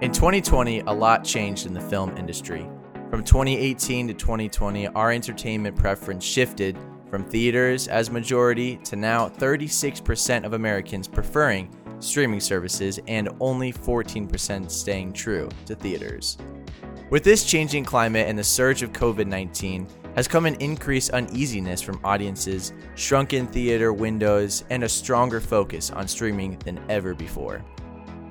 In 2020, a lot changed in the film industry. From 2018 to 2020, our entertainment preference shifted from theaters as majority to now 36% of Americans preferring streaming services and only 14% staying true to theaters. With this changing climate and the surge of COVID 19, has come an increased uneasiness from audiences, shrunken theater windows, and a stronger focus on streaming than ever before.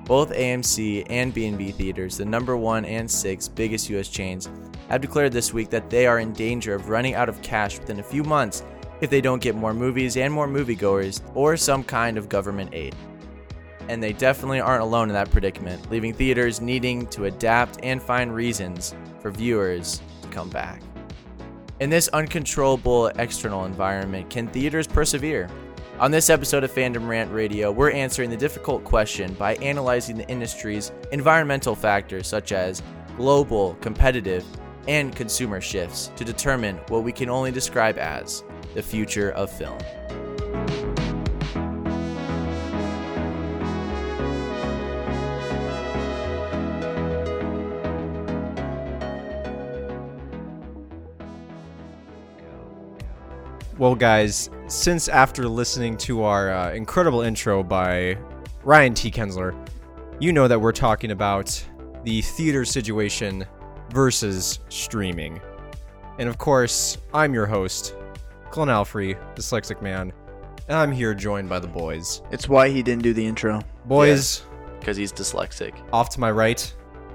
Both AMC and B&B Theaters, the number 1 and 6 biggest US chains, have declared this week that they are in danger of running out of cash within a few months if they don't get more movies and more moviegoers or some kind of government aid. And they definitely aren't alone in that predicament, leaving theaters needing to adapt and find reasons for viewers to come back. In this uncontrollable external environment, can theaters persevere? On this episode of Fandom Rant Radio, we're answering the difficult question by analyzing the industry's environmental factors such as global, competitive, and consumer shifts to determine what we can only describe as the future of film. Well, guys, since after listening to our uh, incredible intro by Ryan T. Kensler, you know that we're talking about the theater situation versus streaming. And of course, I'm your host, Colin Alfrey, dyslexic man, and I'm here joined by the boys. It's why he didn't do the intro. Boys, Because he's dyslexic. Oh, off to my right,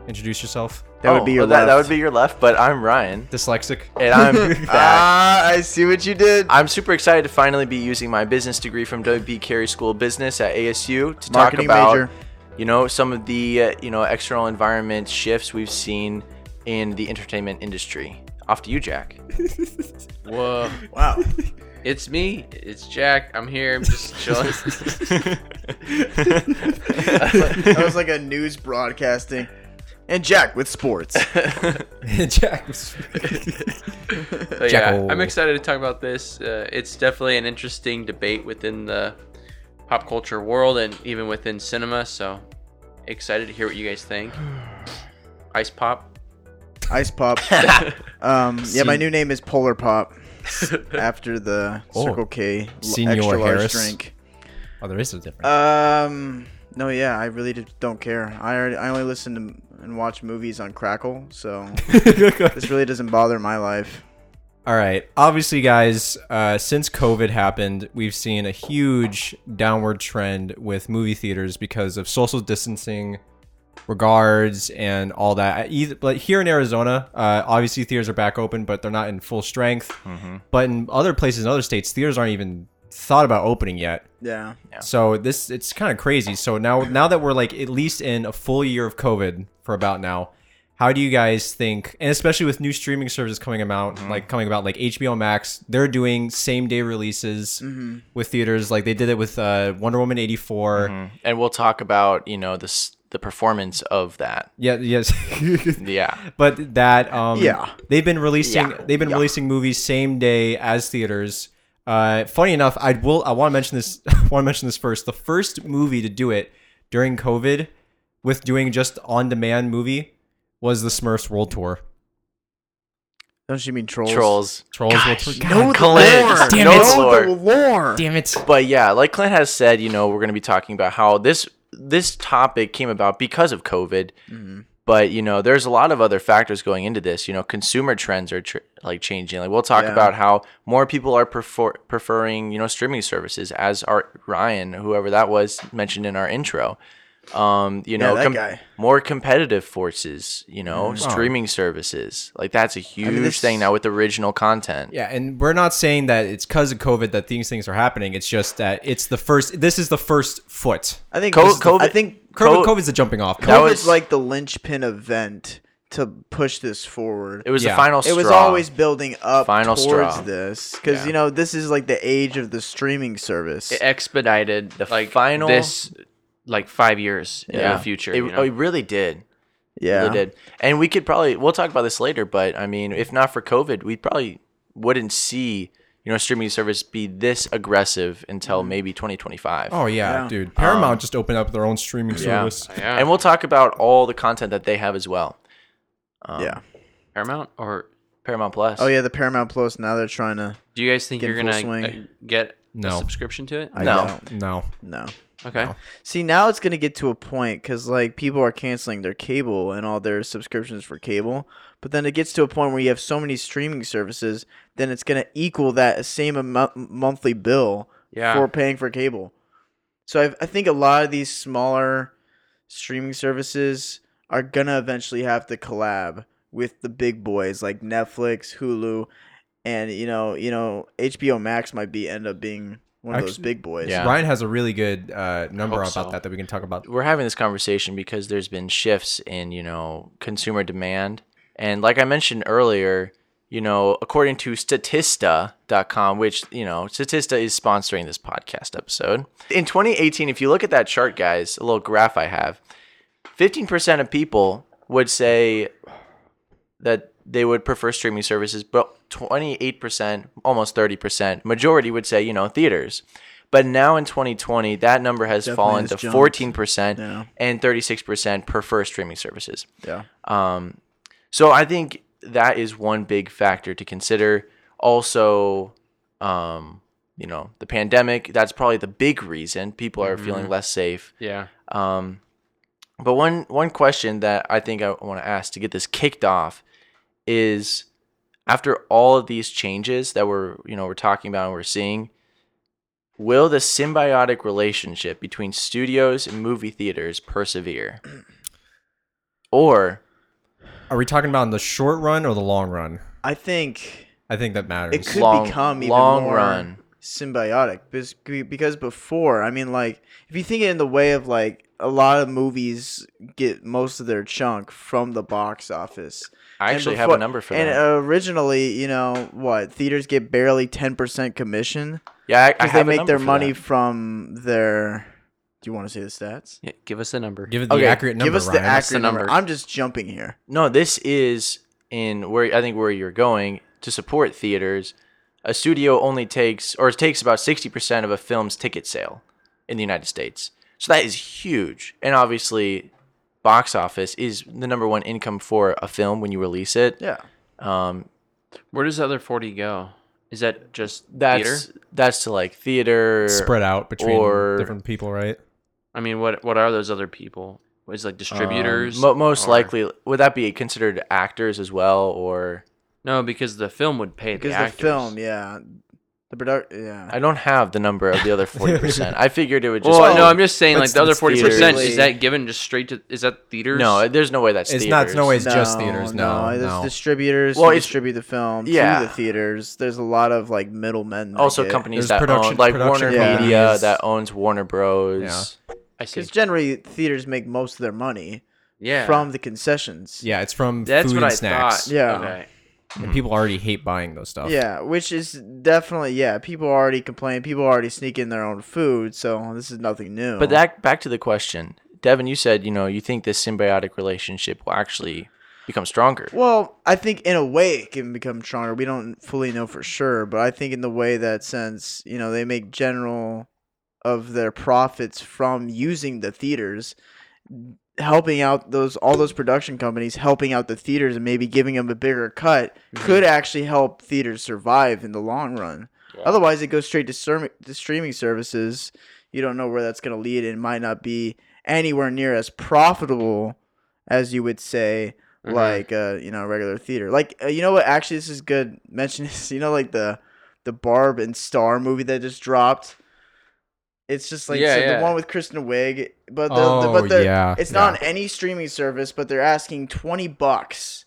introduce yourself. That would be your that, left. that would be your left, but I'm Ryan. Dyslexic. And I'm back. Ah, I see what you did. I'm super excited to finally be using my business degree from W.B. Carey School of Business at ASU to talk Marketing about major. you know some of the uh, you know external environment shifts we've seen in the entertainment industry. Off to you, Jack. Whoa. Wow. It's me. It's Jack. I'm here. I'm just chilling. that was like a news broadcasting. And Jack with sports. Jack. was- But yeah, Jackal. I'm excited to talk about this. Uh, it's definitely an interesting debate within the pop culture world and even within cinema. So excited to hear what you guys think. Ice Pop. Ice Pop. Um, yeah, my new name is Polar Pop after the Oh. Circle K l- Senor extra large Harris. drink. oh, there is a difference. Um, no, yeah, I really d- don't care. I already, I only listen to and watch movies on Crackle, so this really doesn't bother my life. All right. Obviously, guys, uh, since COVID happened, we've seen a huge downward trend with movie theaters because of social distancing, regards, and all that. I- Either, but here in Arizona, uh, obviously theaters are back open, but they're not in full strength. But in other places, in other states, theaters aren't even thought about opening yet. Yeah. So this it's kind of crazy. So now now that we're like at least in a full year of COVID for about now, how do you guys think? And especially with new streaming services coming about, like coming about, like HBO Max, they're doing same day releases with theaters. Like they did it with uh, Wonder Woman eighty and we'll talk about you know this the performance of that. Yeah, yes. Yeah, but that um Yeah. they've been releasing Yeah. they've been releasing movies same day as theaters uh funny enough i will i want to mention this i want to mention this first the first movie to do it during covid with doing just on demand movie was the smurfs world tour Don't you mean trolls? trolls. trolls world tour Know the Clint, lore. damn know it. the Lore. lore. damn it But yeah, like Clint has said, you know, we're going to be talking about how this this topic came about because of COVID. Mm-hmm. But you know, there's a lot of other factors going into this. You know, consumer trends are tr- like changing. Like we'll talk Yeah. about how more people are prefer- preferring you know streaming services, as our Ryan, whoever that was, mentioned in our intro. Um, you know, that guy. Mm-hmm. more competitive forces. You know, Oh. streaming services like that's a huge this- thing now with original content. yeah and we're not saying that it's because of covid that these things are happening it's just that it's the first this is the first foot I think Co- this is the- I COVID- think COVID, Uh, Co- covid's the jumping off That that was- was like the linchpin event to push this forward. It was the Yeah. final. It was straw. always building up Final towards straw. this because Yeah. you know this is like the age of the streaming service. It expedited the like final- this like five years in the future. It, oh, you know? it really did. yeah, Really did. And we could probably we'll talk about this later, but I mean, if not for COVID, we probably wouldn't see you know streaming service be this aggressive until Mm-hmm. maybe 2025. Oh yeah, Yeah. dude. Paramount just opened up their own streaming Um, Yeah. service. Yeah. And we'll talk about all the content that they have as well. Um, yeah. Paramount or Paramount Plus. Oh yeah, the Paramount Plus. Now they're trying to. do you guys think Get you're in gonna full uh, swing. get a No. subscription to it? I No. Don't, No. no. okay. See, now it's gonna get to a point because like people are canceling their cable and all their subscriptions for cable. But then it gets to a point where you have so many streaming services, then it's gonna equal that same amount monthly bill Yeah. for paying for cable. So I, I think a lot of these smaller streaming services are gonna eventually have to collab with the big boys like Netflix, Hulu, and you know, you know, HBO Max might be end up being one of those Actu- big boys. Yeah. Ryan has a really good uh, number hope about so. that that we can talk about. we're having this conversation because there's been shifts in you know consumer demand and like i mentioned earlier you know according to statista.com which you know statista is sponsoring this podcast episode in 2018 if you look at that chart guys a little graph i have 15% of people would say that they would prefer streaming services, but 28%, almost 30%, majority would say, you know, theaters. But now in 2020, that number has Definitely fallen has to jumped. 14% Yeah. and 36% prefer streaming services. Yeah. Um, so I think that is one big factor to consider. Also, um, you know, the pandemic, that's probably the big reason people Mm-hmm. are feeling less safe. Yeah. Um, but one one question that I think I want to ask to get this kicked off is after all of these changes that we're you know we're talking about and we're seeing, will the symbiotic relationship between studios and movie theaters persevere, or Are we talking about in the short run or the long run? I think I think that matters. It could long become even long more- run? symbiotic bes- because before i mean like if you think it in the way of like a lot of movies get most of their chunk from the box office I And actually have before- a number for and uh, that. originally you know what theaters get barely 10% commission yeah, I, I because they have a make number their for money that. from their do you want to say the stats Yeah, give us the number. Give it the Okay, accurate number, give us the Ryan. accurate the number number? i'm just jumping here No, this is in where I think where you're going to support theaters. A studio only takes or it takes about 60% of a film's ticket sale in the United States. So that is huge. And obviously box office is the number one income for a film when you release it. yeah Um Where does the other forty go? Is that just that's theater? that's to like theater spread out between or- different people, right? I mean, what what are those other people? Is like distributors? Mo- most or- likely would that be considered actors as well or No, because the film would pay because the the, actors. film yeah the product yeah I don't have the number of the other 40%. I figured it would just Well, be- no, I'm just saying, like That's- the other that's forty percent theaters. is that given just straight to is that theaters? No, there's no way that's It's theaters. not. It's no way. It's just theaters. No, there's no. distributors Well, who it's- distribute the film yeah. to the theaters. There's a lot of like middlemen. that also get- companies There's that production- own like production Warner companies. Media that owns Warner Bros. I see. Because generally, theaters make most of their money Yeah, from the concessions. Yeah, it's from that's food what and I snacks. thought. Yeah. Okay. And people already hate buying those Oh. stuff. Yeah, which is definitely yeah. People already complain. People already sneak in their own food, so this is nothing new. But that back to the question, Devin, you said you know you think this symbiotic relationship will actually become stronger. well, I think in a way it can become stronger. We don't fully know for sure, but I think in the way that since you know they make general of their profits from using the theaters, helping out those all those production companies, helping out the theaters and maybe giving them a bigger cut Mm-hmm. could actually help theaters survive in the long run. Otherwise, it goes straight to, serm- to streaming services. You don't know where that's going to lead, and might not be anywhere near as profitable as you would say, Mhm. like uh, you know, regular theater. Like uh, you know what? Actually, this is good. Mention this. You know, like the the Barb and Star movie that just dropped. It's just like Yeah, so yeah. the one with Kristen Wiig, but the, the- Oh, but the, yeah, it's yeah. not on any streaming service, but they're asking twenty bucks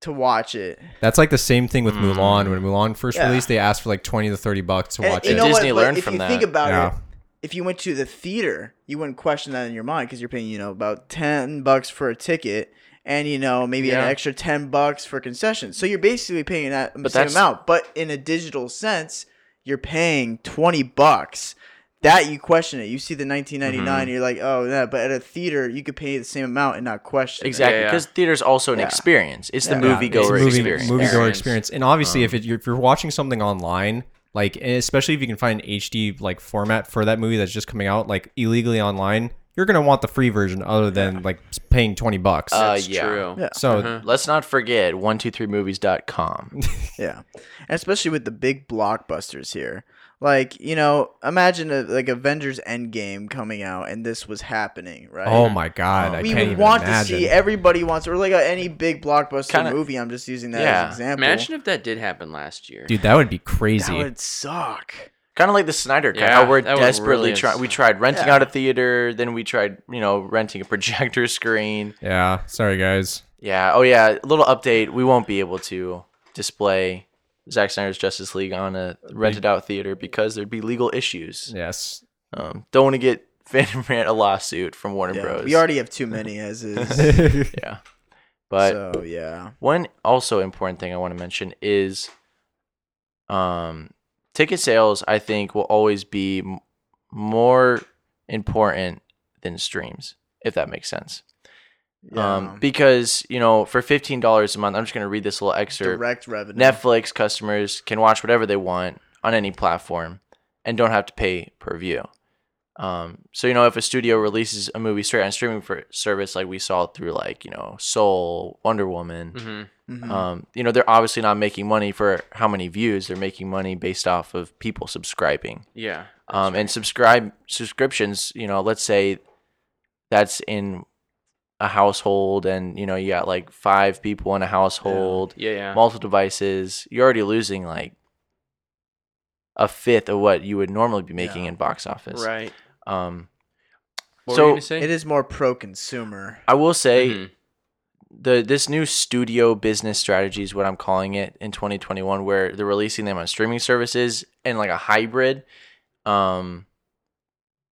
to watch it. That's like the same thing with Mulan. When Mulan first Mm. Yeah. released, they asked for like twenty to thirty bucks to And watch you it. know Disney what? But learned if from you that. think about Yeah. it, if you went to the theater, you wouldn't question that in your mind because you're paying, you know, about ten bucks for a ticket, and you know maybe Yeah. an extra ten bucks for concessions. So you're basically paying that same that's- amount, but in a digital sense, you're paying twenty bucks. That you question it. You see the 1999, Mm-hmm. and you're like, oh, yeah. But at a theater, you could pay the same amount and not question. it. Exactly, yeah. because theater's also an Yeah. experience. It's the Yeah. Yeah, moviegoer it's a movie, experience. moviegoer Experience. Um, experience. And obviously, if, it, you're, if you're watching something online, Like and especially if you can find an HD like format for that movie that's just coming out like illegally online, you're gonna want the free version other than like paying twenty bucks. Uh, That's yeah. true. Yeah. so uh-huh. Let's not forget 123movies.com. Yeah, and especially with the big blockbusters here. Like you know, imagine a, like Avengers Endgame coming out, and this was happening, right? oh my god, I we can't would even want imagine. to see. Everybody wants, or like a, any big blockbuster Kinda- movie. I'm just using that yeah. as an example. Imagine if that did happen last year. Dude, that would be that crazy. would suck. kind of like the Snyder Cut. Yeah, how we're that would desperately really trying. We tried renting out a theater, then we tried, you know, renting a projector screen. Yeah, sorry guys. Yeah. Oh yeah. Little update. We won't be able to display Zack Snyder's Justice League on a rented out theater because there'd be legal issues. Yes, Um, don't want to get Phantom Rant a lawsuit from Warner Yeah, Bros. We already have too many as is. yeah, Yeah. But so yeah, one also important thing I want to mention is um ticket sales I think will always be m- more important than streams if that makes sense. yeah. Um because, you know, for $15 a month, I'm just going to read this little excerpt. direct revenue. Netflix customers can watch whatever they want on any platform and don't have to pay per view. Um, so you know, if a studio releases a movie straight on streaming for service, like we saw through like you know Soul, Wonder Woman, hmm Mhm. um, you know, they're obviously not making money for how many views. They're making money based off of people subscribing. Yeah. Um, and subscribe subscriptions, you know, let's say that's in a household and, you know, you got like five people in a household, Yeah. Yeah. multiple devices, you're already losing like a fifth of what you would normally be making Yeah. in box office. Right. Um, What So, were you gonna say? it is more pro-consumer. I will say Mhm. the this new studio business strategy is what I'm calling it in 2021, where they're releasing them on streaming services and like a hybrid. Um,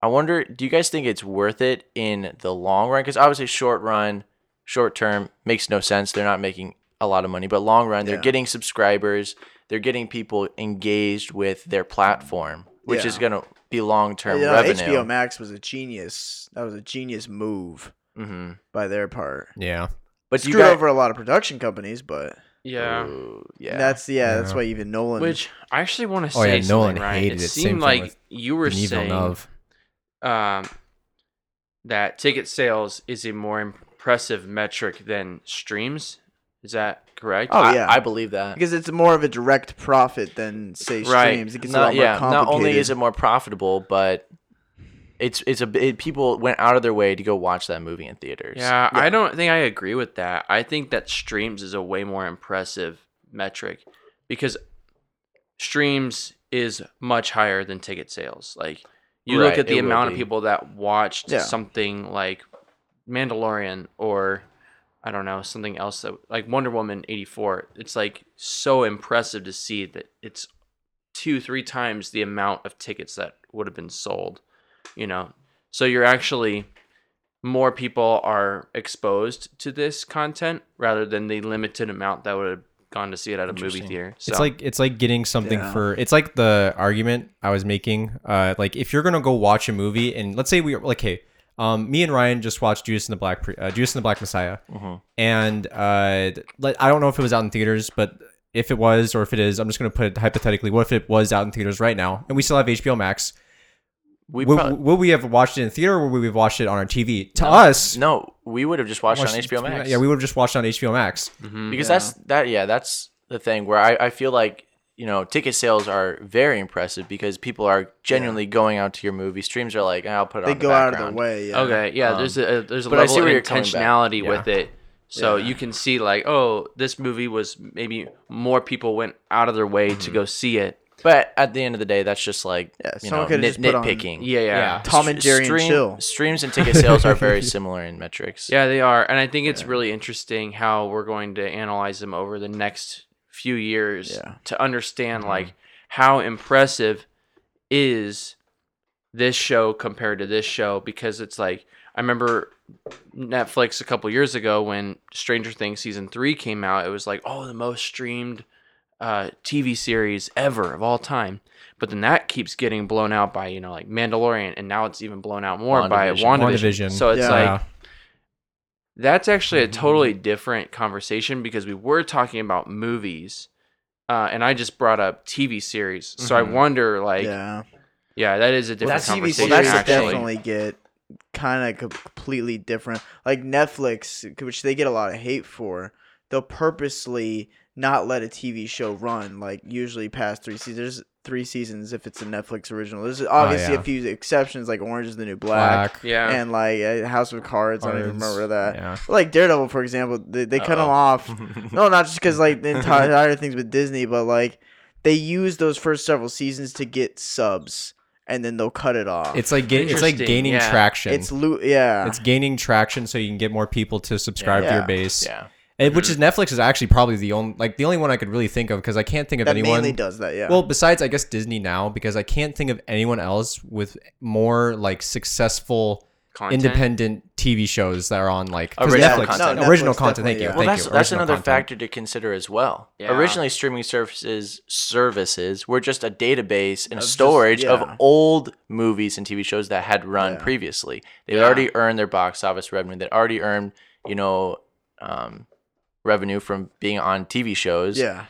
I wonder, do you guys think it's worth it in the long run? Because obviously, short run, short term makes no sense. They're not making a lot of money, but long run, they're Yeah. getting subscribers. They're getting people engaged with their platform, which is Yeah. going to be long term You know, HBO revenue. Max was a genius. That was a genius move hmm by their part. yeah. But Screwed you got, over a lot of production companies, but Yeah. Ooh, yeah, that's yeah, that's Yeah. why even Nolan. Which I actually want to say Oh, yeah, something, Nolan Ryan. hated it it. Same seemed thing like with you were Denis saying Villeneuve. um, that ticket sales is a more impressive metric than streams. Is that correct? Oh yeah. I, I believe that. because it's more of a direct profit than say Right. streams. It gets a not, lot more yeah, complicated. not only is it more profitable, but it's it's a b- it, people went out of their way to go watch that movie in theaters. Yeah, I don't think I agree with that. I think that streams is a way more impressive metric because streams is much higher than ticket sales. Like you look Right, at the it will amount of be. people that watched Yeah. something like Mandalorian or I don't know, something else that like Wonder Woman 84. It's like so impressive to see that it's two, three times the amount of tickets that would have been sold, you know. So you're actually more people are exposed to this content rather than the limited amount that would have gone to see it at a movie Interesting. theater. So It's like it's like getting something Yeah. for it's like the argument I was making. Uh, like if you're gonna go watch a movie and let's say we like hey, um, me and Ryan just watched Judas and the Black Pre- uh, Judas and the Black Messiah, Mm-hmm. and uh, th- like I don't know if it was out in theaters, but if it was or if it is, I'm just gonna put it hypothetically. What if it was out in theaters right now and we still have HBO Max? we Would, prob- would we have watched it in theater or would we have watched it on our TV? To us, no, we would have just watched, watched- it on HBO Max. Yeah, we would have just watched it on HBO Max. Mm-hmm. because Yeah. that's that yeah that's the thing where I, I feel like you know ticket sales are very impressive because people are genuinely going out to your movie. Streams are like "Ah, I'll put it they on go the out of background." the way. Yeah. okay, yeah, there's a there's a um, but I level see of where you're coming back. intentionality Yeah. with it. So Yeah. you can see like, oh, this movie was maybe more people went out of their way to Mm-hmm. go see it. But at the end of the day, that's just like Yeah, you know someone coulda nit- just put on- nitpicking. Yeah, yeah. Yeah. Yeah, Tom and S- Jerry and stream- Chill. Streams and ticket sales are very similar in metrics. they are. And I think it's really interesting how we're going to analyze them over the next few years Yeah. to understand like how impressive is this show compared to this show because it's like I remember Netflix a couple years ago when Stranger Things season 3 came out it was like oh the most streamed uh, TV series ever of all time. But then that keeps getting blown out by, you know, like Mandalorian, and now it's even blown out more by WandaVision. WandaVision. WandaVision. So it's Yeah. like, Mm-hmm. that's actually a totally different conversation because we were talking about movies uh, and I just brought up TV series. So I Mhm. wonder, like, yeah. Mm-hmm. yeah, that is a different that's TV series conversation. well, that's actually- definitely get kind of completely different. Like Netflix, which they get a lot of hate for, they'll purposely not let a TV show run like usually past three seasons. There's three seasons if it's a Netflix original. There's obviously Oh, yeah. a few exceptions like Orange is the New Black, Yeah, and like uh, House of Cards. I don't even Cards, remember that. Yeah. Like Daredevil, for example, they, they cut Uh-oh. him off. No, not just because like the entire, entire things with Disney, but like they use those first several seasons to get subs, and then they'll cut it off. It's like gain- it's like Interesting, gaining yeah. traction. It's, it's lo- yeah, gaining traction so you can get more people to subscribe to Yeah. Mm-hmm. your base. Yeah. And, which is Netflix is actually probably the only like the only one I could really think of because I can't think of that anyone. mainly does that. Yeah. Well, besides I guess Disney now because I can't think of anyone else with more like successful Content. independent TV shows that are on like 'cause Original Netflix. content. No, No, original Netflix content. Thank definitely, you. yeah. Thank Well, that's you. that's original another content. factor to consider as well. Yeah. Originally, streaming services services were just a database and Of just- storage yeah. of old movies and TV shows that had run Yeah. previously. They Yeah. would already earned their box office revenue. They would already earned you know um, revenue from being on TV shows. yeah,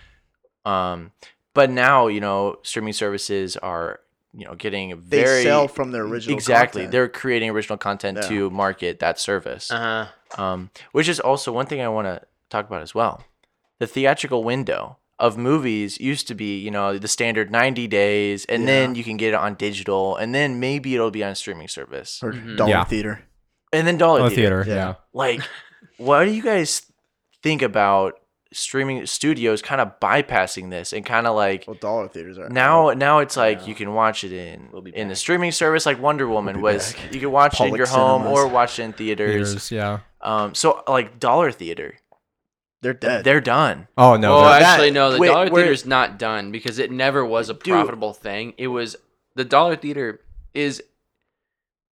Um, but now you know streaming services are you know getting they very sell from their original. exactly. content. They're creating original content Yeah. to market that service Uh-huh. um, which is also one thing I want to talk about as well. The theatrical window of movies used to be, you know, the standard 90 days, and then you can get it on digital, and then maybe it'll be on a streaming service, or Mhm. Dollar Yeah. Theater. and then dollar Oh, theater. theater. Yeah. Yeah. Like, what do you guys think about streaming studios kind of bypassing this and kind of like Well, Dollar Theaters are now? Now it's like Yeah. you can watch it in We'll be in the back. streaming service, like Wonder Woman be was. back. You can watch it in Public your home cinemas. or watch it in theaters. Theaters. Yeah. Um, so like dollar theater, they're dead. they're done. Oh no. well, that- that- actually, no. The wait, Dollar where- Theater's not done because it never was a Dude. profitable thing. It was the Dollar Theater is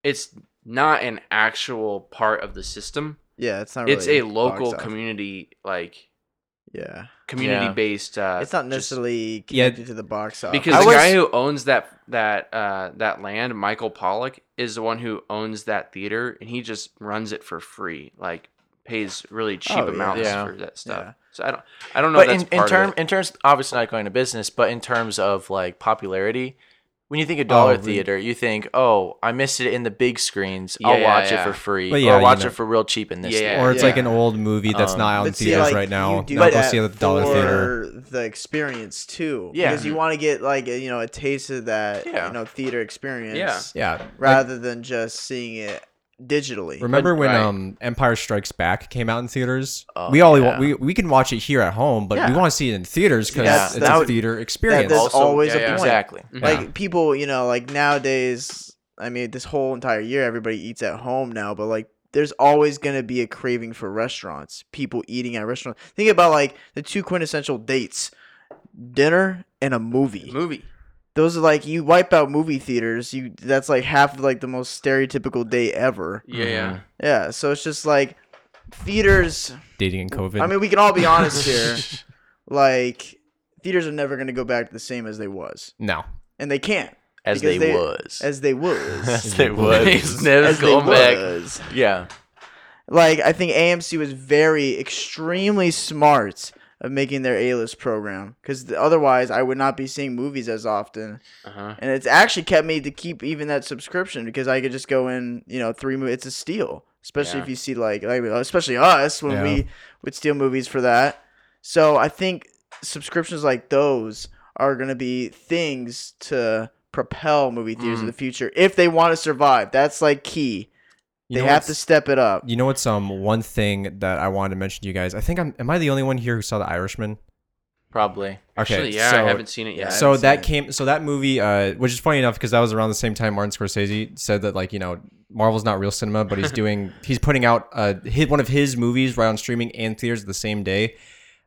it's not an actual part of the system. yeah, it's not. Really it's a box local office. community, like Yeah, community based. Uh, it's not just- necessarily Yeah. connected to the box office because I the was- guy who owns that that uh, that land, Michael Pollock, is the one who owns that theater, and he just runs it for free, like pays really cheap Oh, yeah. amounts Yeah. for that stuff. Yeah. So I don't, I don't know. But if in, that's in part term of it. in terms obviously not going to business, but in terms of like popularity, when you think of dollar Oh, we- theater, you think, oh, I missed it in the big screens. Yeah, I'll yeah, watch yeah. it for free, Well, yeah, or you watch know. it for real cheap in this. Yeah, theater. yeah. or it's like Yeah. an old movie that's Um, not on But theaters see, like, right now. You do Now go that see it at the dollar for theater. The experience too. Yeah. Because you want to get like a, you know a taste of that Yeah. you know theater experience. Yeah. Yeah. Rather than just seeing it digitally. Remember when Right. um Empire Strikes Back came out in theaters? Oh, we all yeah. we, we can watch it here at home, but we Yeah. want to see it in theaters because That's- it's that a would- theater That, experience. there's Also- always a yeah, yeah. point. exactly. Mhm. Yeah. Like people, you know, like nowadays. I mean, this whole entire year, everybody eats at home now, but like. There's always gonna be a craving for restaurants, people eating at restaurants. Think about like the two quintessential dates: dinner and a movie. movie. those are like you wipe out movie theaters you that's like half of like the most stereotypical day ever Yeah, yeah. yeah so it's just like theaters Dating in COVID. i mean we can all be honest here like theaters are never going to go back to the same as they was no. and they can't as they, Because they- was, as they was As they Mm-hmm. It's was, never as they going back. was yeah. like i think amc was very extremely smart of making their a-list program because otherwise i would not be seeing movies as often Uh-huh. and it's actually kept me to keep even that subscription because I could just go in, you know, three movies. It's a steal, especially Yeah. if you see like, like, especially us when Yeah. we would steal movies for that. So I think subscriptions like those are going to be things to propel movie theaters Mm. in the future if they want to survive. That's like key. You they know have to what's- step it up. You know what's um one thing that I wanted to mention to you guys? I think I'm am I the only one here who saw The Irishman? Probably. Okay. Actually, yeah, so- I haven't seen it yet. so haven't that seen came so that movie uh which is funny enough because that was around the same time Martin Scorsese said that like, you know, Marvel's not real cinema, but he's doing he's putting out uh hit one of his movies right on streaming and theaters the same day.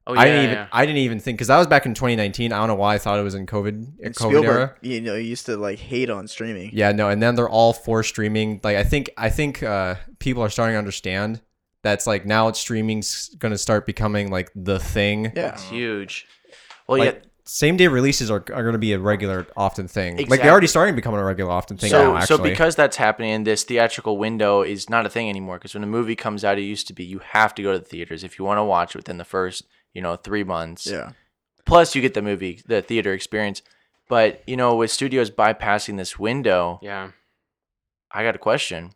oh yeah, I didn't even yeah. I didn't even think because that was back in 2019. I don't know why I thought it was in COVID uh, And COVID Spielberg, era. you know, used to like hate on streaming. Yeah, no, and then they're all for streaming. Like I think I think uh, people are starting to understand that's like now it's streaming's gonna start becoming like the thing. Yeah. It's huge. Oh, Well, Like, yeah. Same day releases are, are going to be a regular often thing. Like they're already starting to become a regular often thing so, now. Actually, so because that's happening, this theatrical window is not a thing anymore. Because when a movie comes out, it used to be you have to go to the theaters if you want to watch it within the first, you know, three months. Yeah. Plus, you get the movie, the theater experience. But you know, with studios bypassing this window, Yeah. I got a question.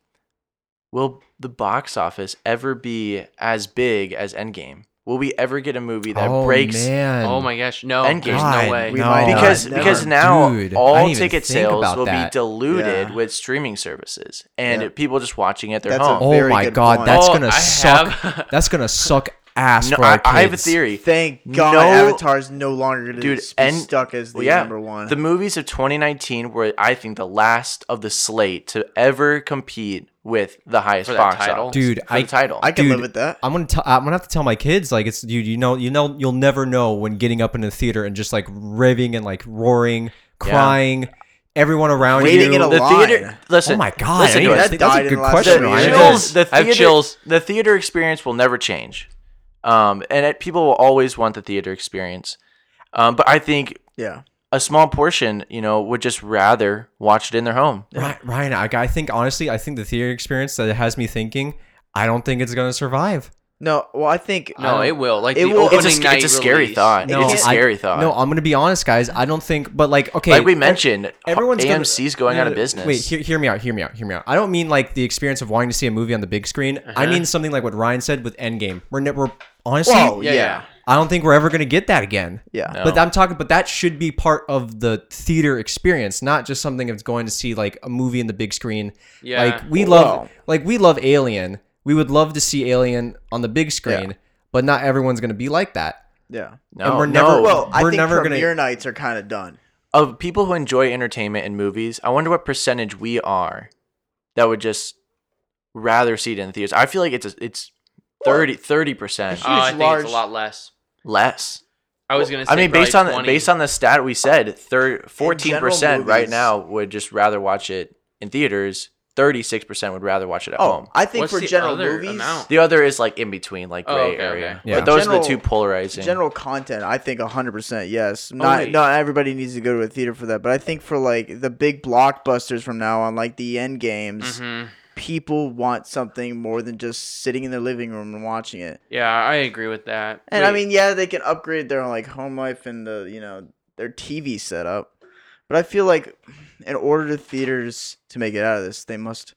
Will the box office ever be as big as Endgame? Will we ever get a movie that oh, breaks? man. oh my gosh. No. Endgame. There's God, no way. We might Because Oh, Never. because now Dude, I didn't all even ticket think sales about will that. be diluted Yeah. with streaming services and Yeah. people just watching at their That's a home. Oh Very my good god, point. that's Oh, gonna I suck. have- that's gonna suck ass No, for our I, kids. I have a theory. Thank God No- Avatar's no longer gonna Dude, be and- stuck as the Well, yeah, number one. The movies of 2019 were, I think, the last of the slate to ever compete with the highest For that box title? office. Dude, For I the title. I can Dude, live with that. I'm gonna tell. I'm gonna have to tell my kids like it's dude. You know, you know, you'll never know when getting up in the theater and just like raving and like roaring, crying, everyone around Waiting you. in a the line. theater. Listen. oh my god, Listen to I didn't it. even That think- that's died a in good the last question. seven Ryan. years. That is- chills. The I have theater, chills. The theater experience will never change, um, and it, people will always want the theater experience. Um, but I think Yeah. a small portion, you know, would just rather watch it in their home. Ri- Ryan, I, I think honestly, I think the theater experience that it has me thinking. I don't think it's gonna survive. No, well, I think No, it will. Like It the will- It's a opening It's a, sc- night it's a scary release. thought. No, it's a I- scary thought. No, I'm gonna be honest, guys. I don't think, but like, okay, like we ev- mentioned, everyone's everyone's gonna- AMC's going no, out no, of no. business. Wait, hear, hear me out. Hear me out. Hear me out. I don't mean like the experience of wanting to see a movie on the big screen. I mean something like what Ryan said with Endgame. We're, ne- we're honestly, Whoa, Yeah. yeah. I don't think we're ever gonna get that again. Yeah. No. But I'm talking, but that should be part of the theater experience, not just something of going to see like a movie in the big screen. Yeah. Like we love, Wow. like we love Alien. We would love to see Alien on the big screen, but not everyone's gonna be like that. yeah. no, and we're no. never- Well, I We're think never gonna- premiere nights are kind of done. of people who enjoy entertainment and movies, I wonder what percentage we are that would just rather see it in theaters. I feel like it's a, it's 30 percent Oh, I think large- it's a lot less. less. I was gonna. Say I mean, based on probably 20. based on the stat we said, fourteen general percent right movies- now would just rather watch it in theaters. Thirty six percent would rather watch it at home. Oh, I think What's for the general other movies, amount? The other is like in between, like Oh, gray okay, area. okay. Yeah. But those are General- the two polarizing. general content, I think 100% yes. Not wait. not everybody needs to go to a theater for that, but I think for like the big blockbusters from now on, like the end games, Mhm. people want something more than just sitting in their living room and watching it. Yeah, I agree with that. And I Wait, mean, yeah, they can upgrade their like home life and the you know their TV setup, but I feel like in order to theaters to make it out of this, they must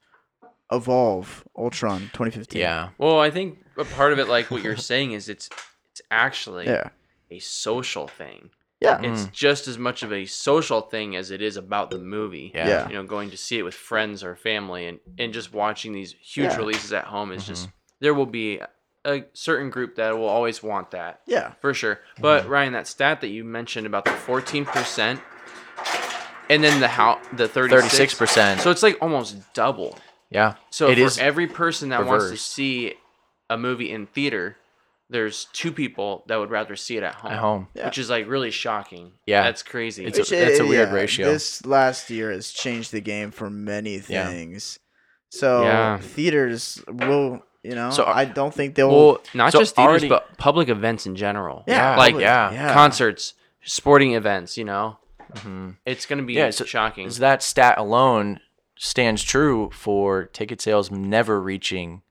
evolve Ultron 2015. yeah. well, I think a part of it, like what you're saying, is it's it's actually yeah, a social thing. yeah, Mm. It's just as much of a social thing as it is about the movie. Yeah. Yeah. You know, going to see it with friends or family and, and just watching these huge Yeah. releases at home is just, Mm-hmm. there will be a certain group that will always want that yeah. for sure. But Mm-hmm. Ryan, that stat that you mentioned about the 14% and then the how the 36 Thirty six percent. So it's like almost double. Yeah. So it for is every person that wants to reversed. see a movie in theater, there's two people that would rather see it at home. at home. Yeah. Which is like really shocking. Yeah. That's crazy. It's a- that's a weird ratio. uh, This last year has changed the game for many Yeah. things. So Yeah. theaters will, you know, So, uh, I don't think they'll. well, not so just theaters, already- but public events in general. yeah, Like probably. yeah, concerts, sporting events, you know? Mhm. It's going to be Yeah, so- shocking. is that stat alone stands true for ticket sales never reaching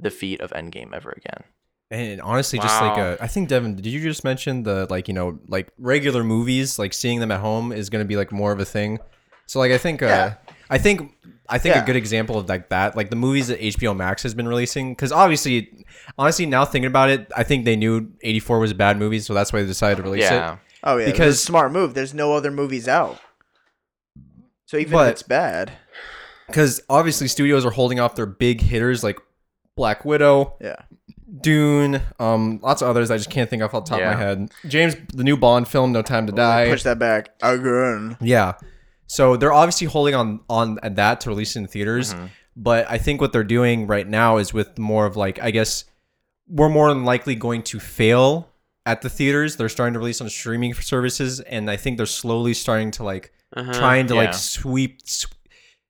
the feet of Endgame ever again. And honestly, just like Wow. a, I think Devin, did you just mention the like you know like regular movies like seeing them at home is going to be like more of a thing. So like I think uh, Yeah. I think I think Yeah. a good example of like that like the movies that HBO Max has been releasing because obviously honestly now thinking about it I think they knew 84 was a bad movie so that's why they decided to release Yeah. it. Oh yeah, because Because- smart move. There's no other movies out, so even But- if it's bad, Because obviously studios are holding off their big hitters like Black Widow, yeah, Dune, um, lots of others I just can't think off the top Yeah. of my head. James, the new Bond film, No Time to Die. push that back again. Yeah. So they're obviously holding on on at that to release in theaters, Mm-hmm. but I think what they're doing right now is with more of like I guess we're more than likely going to fail at the theaters. They're starting to release on streaming services, and I think they're slowly starting to like Uh-huh, trying to Uh, yeah. like sweep s-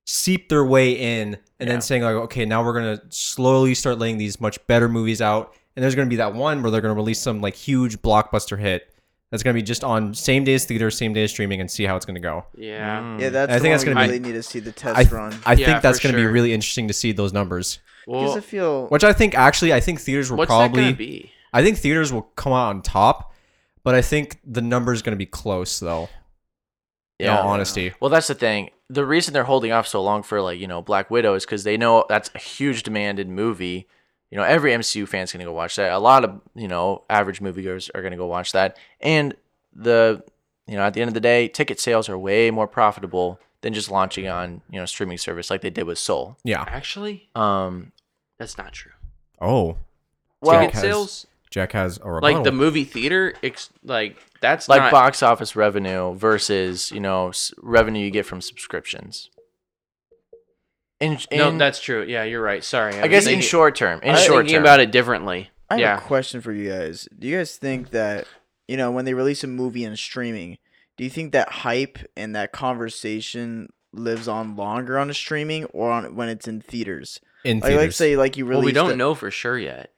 seep their way in, and Yeah. then saying like, okay, now we're gonna slowly start laying these much better movies out, and there's gonna be that one where they're gonna release some like huge blockbuster hit that's gonna be just on same day as theater, same day as streaming, and see how it's gonna go. yeah. Mm. Yeah, that's. I the think one that's we gonna be- really need to see the test I, run. I Yeah, think that's for going to sure. be really interesting to see those numbers. Because Well, I feel Which I think actually, I think theaters will what's that probably, going to be? I think theaters will come out on top. But I think the number is going to be close, though. In Yeah. all honesty, Well, that's the thing. The reason they're holding off so long for like you know Black Widow is because they know that's a huge demanded movie. You know, every MCU fan's gonna go watch that. A lot of you know average moviegoers are gonna go watch that. And the you know at the end of the day, ticket sales are way more profitable than just launching on you know streaming service like they did with Soul. yeah. Actually, Um, that's not true. Oh, well, Ticket sales, Jack has a rebuttal. like the movie theater, ex- like that's like not, box office revenue versus you know s- revenue you get from subscriptions. In, in, no, that's true. Yeah, you're right. Sorry. I guess in short term. In I'm short thinking term. about it differently. I have yeah. a question for you guys. Do you guys think that you know when they release a movie in streaming, do you think that hype and that conversation lives on longer on a streaming or on when it's in theaters? in Like, like theaters. say like you release. well, we don't a- know for sure yet.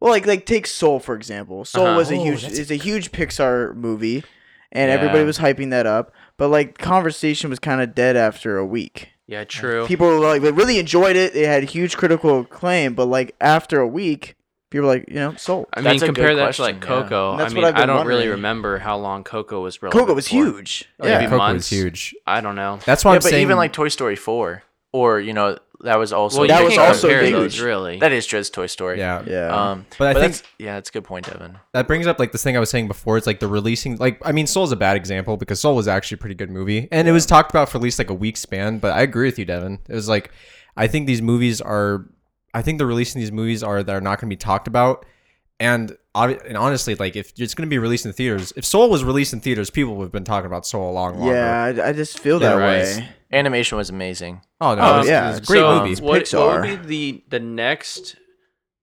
Well, like like take Soul for example. Soul Uh-huh. was a Oh, huge that's- is a huge Pixar movie, and Yeah. everybody was hyping that up. But like conversation was kind of dead after a week. Yeah, true. People were like, they really enjoyed it. They had huge critical acclaim, but like after a week, people were like, you know, Soul. I mean, That's a good compare that to like question, yeah. Coco. And I that's mean, what I've been I don't really wondering. remember how long Coco was. relevant Coco was for. huge. Oh, yeah, maybe Coco was months. huge. I don't know. That's why yeah, I'm but saying even like Toy Story four, or you know that was also well, that you was can't also compare huge. those, really. that is just Toy Story. yeah. Yeah. Um, But I think- that's, yeah, that's a good point, Evan. that brings up like this thing I was saying before. It's like the releasing, like I mean, Soul's a bad example because Soul was actually a pretty good movie, and it was talked about for at least like a week span. But I agree with you, Devin. It was like I think these movies are, I think the releasing these movies are that are not going to be talked about, and obvi- and honestly, like if it's going to be released in theaters, if Soul was released in theaters, people would have been talking about Soul a long, longer. yeah, I, I just feel Yeah, that right. way. Animation was amazing. Oh no, Oh, it was, yeah. it was a great so movie. What, what Pixar. would be the the next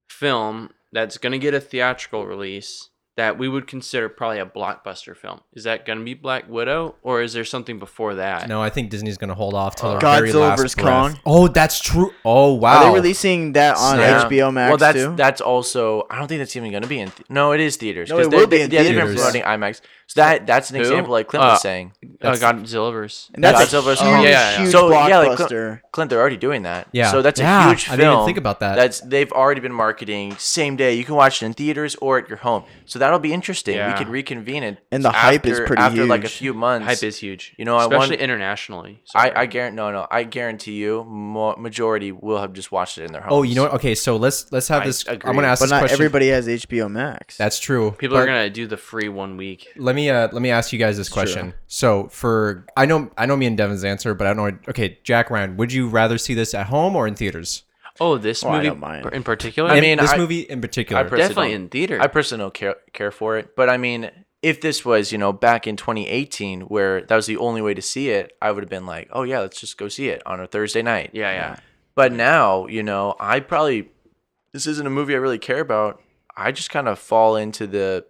film that's going to get a theatrical release that we would consider probably a blockbuster film? Is that going to be Black Widow, or is there something before that? No, I think Disney's going to hold off till their Godzilla very last vs. breath. Kong. Oh, that's true. Oh wow. Are they releasing that on Yeah. HBO Max Well, that's too? that's also. I don't think that's even going to be in. Th- no, it is theaters. No, 'cause it they're- will be in yeah, they've been theaters. promoting IMAX. So that that's an Who? example, like Clint Uh, was saying. uh, That's- Godzilla vs. and that's Godzilla a huge, vs. Kong. Yeah, yeah, huge So, blockbuster. yeah, like, Clint, they're already doing that. Yeah. So that's Yeah, a huge I film. didn't even think about that. That's they've already been marketing same day. You can watch it in theaters or at your home. So that'll be interesting. Yeah. We can reconvene it. And the hype is pretty after like a huge. few months. Hype is huge. You know, I especially want- internationally. I, Sorry. I guarantee no no I guarantee you mo- majority will have just watched it in their homes. Oh, you know what? Okay, so let's let's have I this. agree. I'm gonna ask but this not question. everybody has HBO Max. That's true. people But are going to do the free one week. Let me uh let me ask you guys this question. So for I know I know me and Devin's answer, but I don't know. Okay, Jack Ryan, would you rather see this at home or in theaters? Oh, this Well, I movie don't mind. in particular. I In- mean, this I- movie in particular. I personally definitely don't- in theater. I personally don't care care for it, but I mean, if this was you know back in 2018 where that was the only way to see it, I would have been like, oh yeah, let's just go see it on a Thursday night. yeah, yeah. But now, you know, I probably this isn't a movie I really care about. I just kind of fall into the,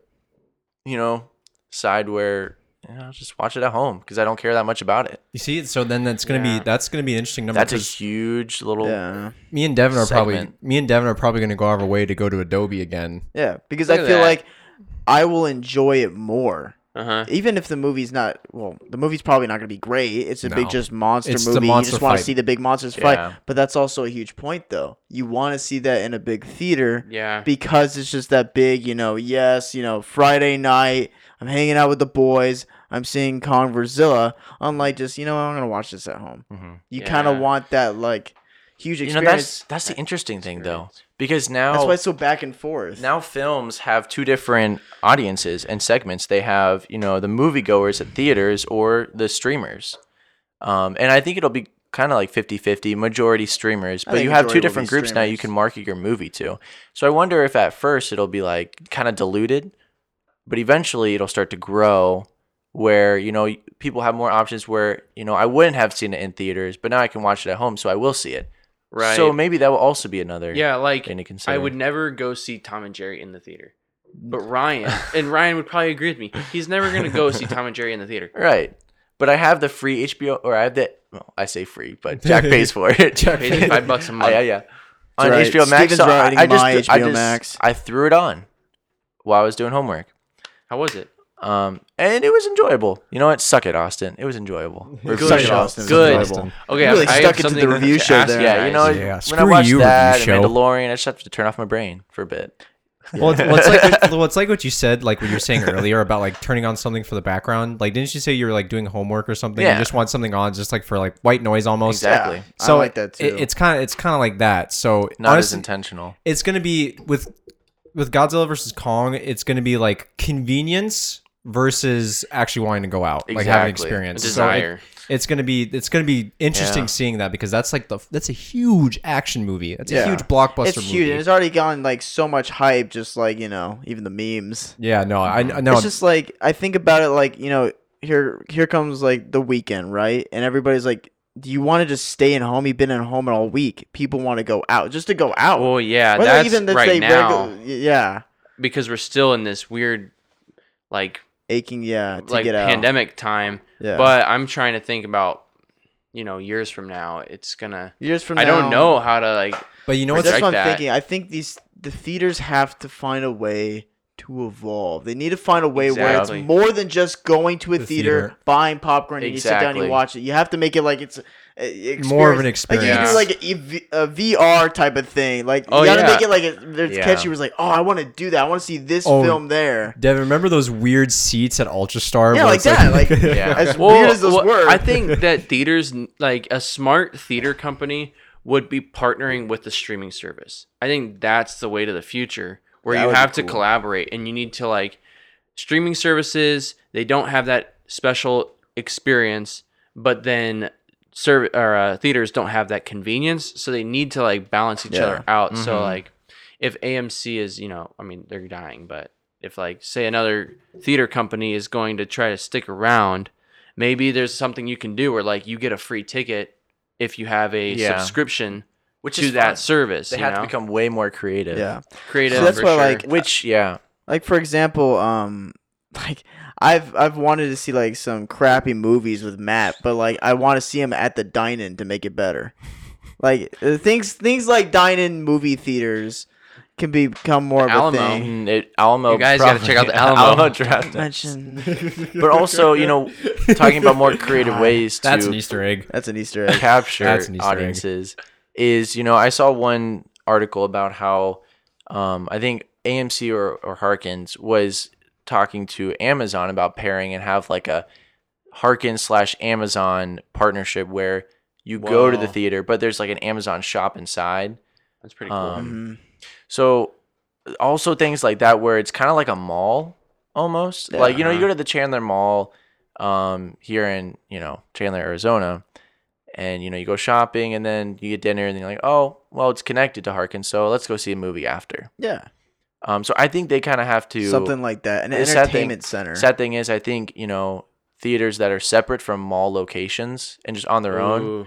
you know, side where you know, I'll just watch it at home because I don't care that much about it. you see, so then that's gonna Yeah. be that's gonna be an interesting number That's a 'cause huge little. yeah, me and Devin are probably segment. me and Devin are probably gonna go our way to go to Adobe again. yeah. Because Look I at feel that. like I will enjoy it more, Uh huh. even if the movie's not. Well, the movie's probably not going to be great. It's a No. big just monster It's the movie. monster you just want fight. to see the big monsters Yeah. fight. But that's also a huge point, though. You want to see that in a big theater. Yeah. because it's just that big, you know, yes, you know, Friday night, I'm hanging out with the boys, I'm seeing Conversilla, unlike just, you know, I'm going to watch this at home. Mhm. You Yeah. kind of want that, like, huge You know, that's experience. that's the interesting thing though, Experience. because that's, now why it's so back and forth. now films have two different audiences and segments. They have, you know, the moviegoers at theaters or the streamers. Um, and I think it'll be kind of like 50 50, majority streamers, I but think you have two majority will different be groups now you streamers. can market your movie to. So I wonder if at first it'll be like kind of diluted, but eventually it'll start to grow where, you know, people have more options where, you know, I wouldn't have seen it in theaters, but now I can watch it at home, so I will see it. Right. So maybe that will also be another. yeah, like thing to I consider. would never go see Tom and Jerry in the theater. But Ryan, and Ryan would probably agree with me. He's never going to go see Tom and Jerry in the theater. Right. But I have the free HBO, or I have the, well, I say free, but Jack pays for it. Jack Pays me five bucks a month. Yeah, yeah. On right. HBO Max, Steven's so I, riding I just, my I HBO just, Max. I threw it on while I was doing homework. How was it? Um, and it was enjoyable. You know what? Suck it, Austin. It was enjoyable. Good. Suck it, Austin. Good. Enjoyable. Okay, You I- really I, stuck have it to the something review show ask there. you Yeah, you guys. know, Yeah, when I screw watched you, that review and show. Mandalorian, I just have to turn off my brain for a bit. Well, it's, well, it's like well, it's like what you said, like what you were saying earlier about like turning on something for the background. Like, didn't you say you were like doing homework or something? Yeah. You just want something on, just like for like white noise almost. Exactly. I like that too. it- it's kind of it's kind of like that. So Not as honestly, intentional. it's gonna be with with Godzilla versus Kong. It's gonna be like convenience versus actually wanting to go out, like having Exactly. experience, So it- Desire. it's gonna be it's gonna be interesting Yeah. seeing that because that's like the that's a huge action movie. That's Yeah. a huge blockbuster. it's movie. huge, and it's already gotten like so much hype. Just like you know, even the memes. yeah, no, I I- no, It's just like I think about it like you know here here comes like the weekend right, and everybody's like, do you want to just stay in home? You've been at home all week. People want to go out just to go out. well, yeah, Whether that's even that's right a now regu- yeah, because we're still in this weird, like, aching yeah uh, to like get out. pandemic time. Yeah. But I'm trying to think about, you know, years from now, it's gonna. years from I now- don't know how to like. but you know what's that's like what I'm that. thinking. I think these the theaters have to find a way to evolve. They need to find a way where Exactly. it's more than just going to a The theater, theater. buying popcorn, and you sit down and you Exactly. watch it. You have to make it like it's a- a More of an experience. Like you can do like a, EV a VR type of thing. Like Oh, you gotta yeah. make it like a, there's Yeah. catchy was like, oh, I want to do that. I want to see this Oh. film there. Devin? Remember those weird seats at UltraStar? Yeah, where like it's that. Like as Well, weird as those well, were. I think that theaters, like a smart theater company, would be partnering with the streaming service. I think that's the way to the future, where That you would be have to cool. collaborate and you need to like streaming services. They don't have that special experience, but then serv- or uh, theaters don't have that convenience, so they need to like balance each Yeah. other out. So like, if AMC is, you know, I mean, they're dying, but if like say another theater company is going to try to stick around maybe there's something you can do where like you get a free ticket if you have a Yeah. subscription Which to is that fun. service. They you have know? to become way more creative. yeah. creative. So that's for why, sure. like- Which yeah, Like for example, um, like I've I've wanted to see like some crappy movies with Matt, but like I want to see him at the dine-in to make it better. Like uh, things things like dine-in movie theaters can be- become more of Alamo. a thing. Mm, it, Alamo. You guys gotta probably- check out the Alamo. draft. night. Mention But also, you know, talking about more creative ways to that's an Easter egg. that's an Easter egg. capture That's an Easter egg. audiences is you know I saw one article about how um, I think AMC or or Harkins was talking to Amazon about pairing and have like a Harkins slash Amazon partnership where you go to the Wow. theater, but there's like an Amazon shop inside. that's pretty cool. um, Mhm. So also things like that where it's kind of like a mall almost. Like you know you go to the Chandler Mall um here in, you know, Chandler, Arizona and you know you go shopping and then you get dinner and then you're like, "Oh, well it's connected to Harkins, so let's go see a movie after." Yeah, Um so I think they kind of have to something like that. An It's that thing- entertainment center. Sad thing is I think, you know, theaters that are separate from mall locations and just on their own, Ooh,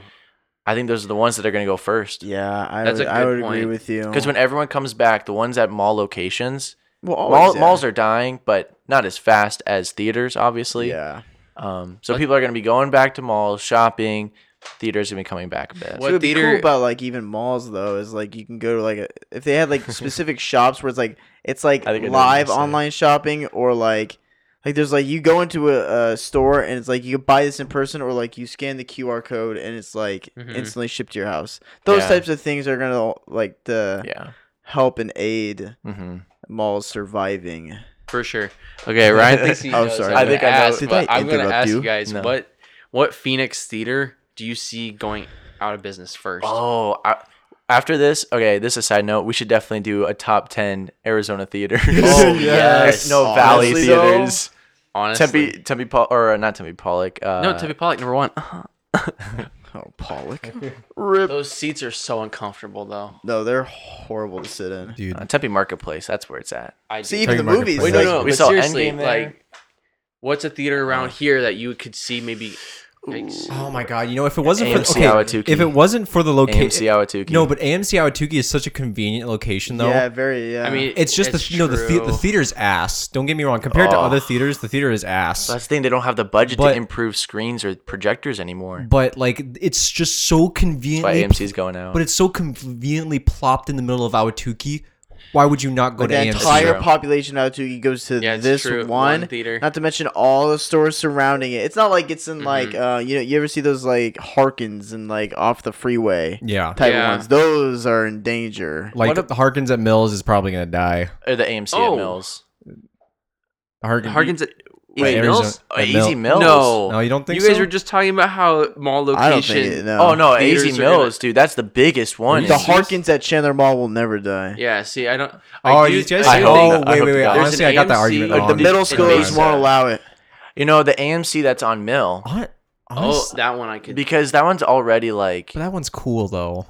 I think those are the ones that are going to go first. yeah, I That's a would, I good would agree point. with you. Because when everyone comes back, the ones at mall locations, well, Mall, Malls are dying, but not as fast as theaters, obviously. yeah. Um, so people are going to be going back to malls, shopping. Theaters going to be coming back a bit. What What would be theater- cool about like even malls though is like you can go to like a, if they had like specific shops where it's like it's like I think I know what you're live saying. online shopping or like like there's like you go into a, a store and it's like you can buy this in person or like you scan the QR code and it's like Mhm. instantly shipped to your house. Those Mm-hmm. Yeah. types of things are gonna like the Yeah. help and aid hmm malls surviving. for sure. Okay, Ryan thinks he Oh, knows. sorry. I'm I gonna think I know- ask, Did but I I'm gonna interrupt ask you you? guys No. what what Phoenix theater do you see going out of business first? Oh, I, after this, okay, this is a side note. We should definitely do a top 10 Arizona theaters. Oh, yes. No, Honestly, Valley though, theaters. Honestly, Tempe, Tempe, Paul, or uh, not Tempe Pollock. Uh, no, Tempe Pollock number one. Oh Pollock. Rip Those seats are so uncomfortable though. No, they're horrible to sit in. Dude, uh, Tempe Marketplace. That's where it's at. I See do. even the Target movies. Marketplace. Wait, like- no, no. We but saw seriously, Endgame there. Oh. like, what's a theater around here that you could see maybe? Yikes. oh my god! You know, if it wasn't AMC for okay, Ahwatukee. if it wasn't for the AMC location, Awatuki. no, but AMC Awatuki is such a convenient location though. Yeah, very yeah. I mean, It's just the you know the, the true. the theater's ass. Don't get me wrong. Compared to Oh. other theaters, the theater is ass. that's the thing. They don't have the budget But- to improve screens or projectors anymore. but like it's just so That's why conveniently AMC's going out. but it's so conveniently plopped in the middle of Awatuki Why would you not go Like to the AMC? entire True. population of Aotugi goes to Yeah, it's this true. one. theater. Not to mention all the stores surrounding it. It's not like it's in like uh you know you ever see those like Harkins and like off the freeway yeah, type Yeah. ones. Those are in danger. like What the Harkins at Mills is probably gonna die. Or the AMC Oh. at Mills. Harkins, Harkins at Wait, wait, Arizona- Mills? Oh, At Easy Mills? Mills. No. no, you don't think you guys so? were just talking about how mall location. I don't think it, no. Oh no, Theaters AZ are gonna- Mills, dude. That's the biggest one. The It's- Harkins at Chandler Mall will never die. Yeah, see, I don't. Oh, do- you guys. I do hope oh, not. I wait, hope wait, wait. not. There's Honestly, an I got that AMC argument. Like Like, wrong. the Um, middle it's schoolers amazing. won't allow it. You know the AMC that's on Mill Hon- Oh, honest- that one I could. because that one's already like but that one's cool though.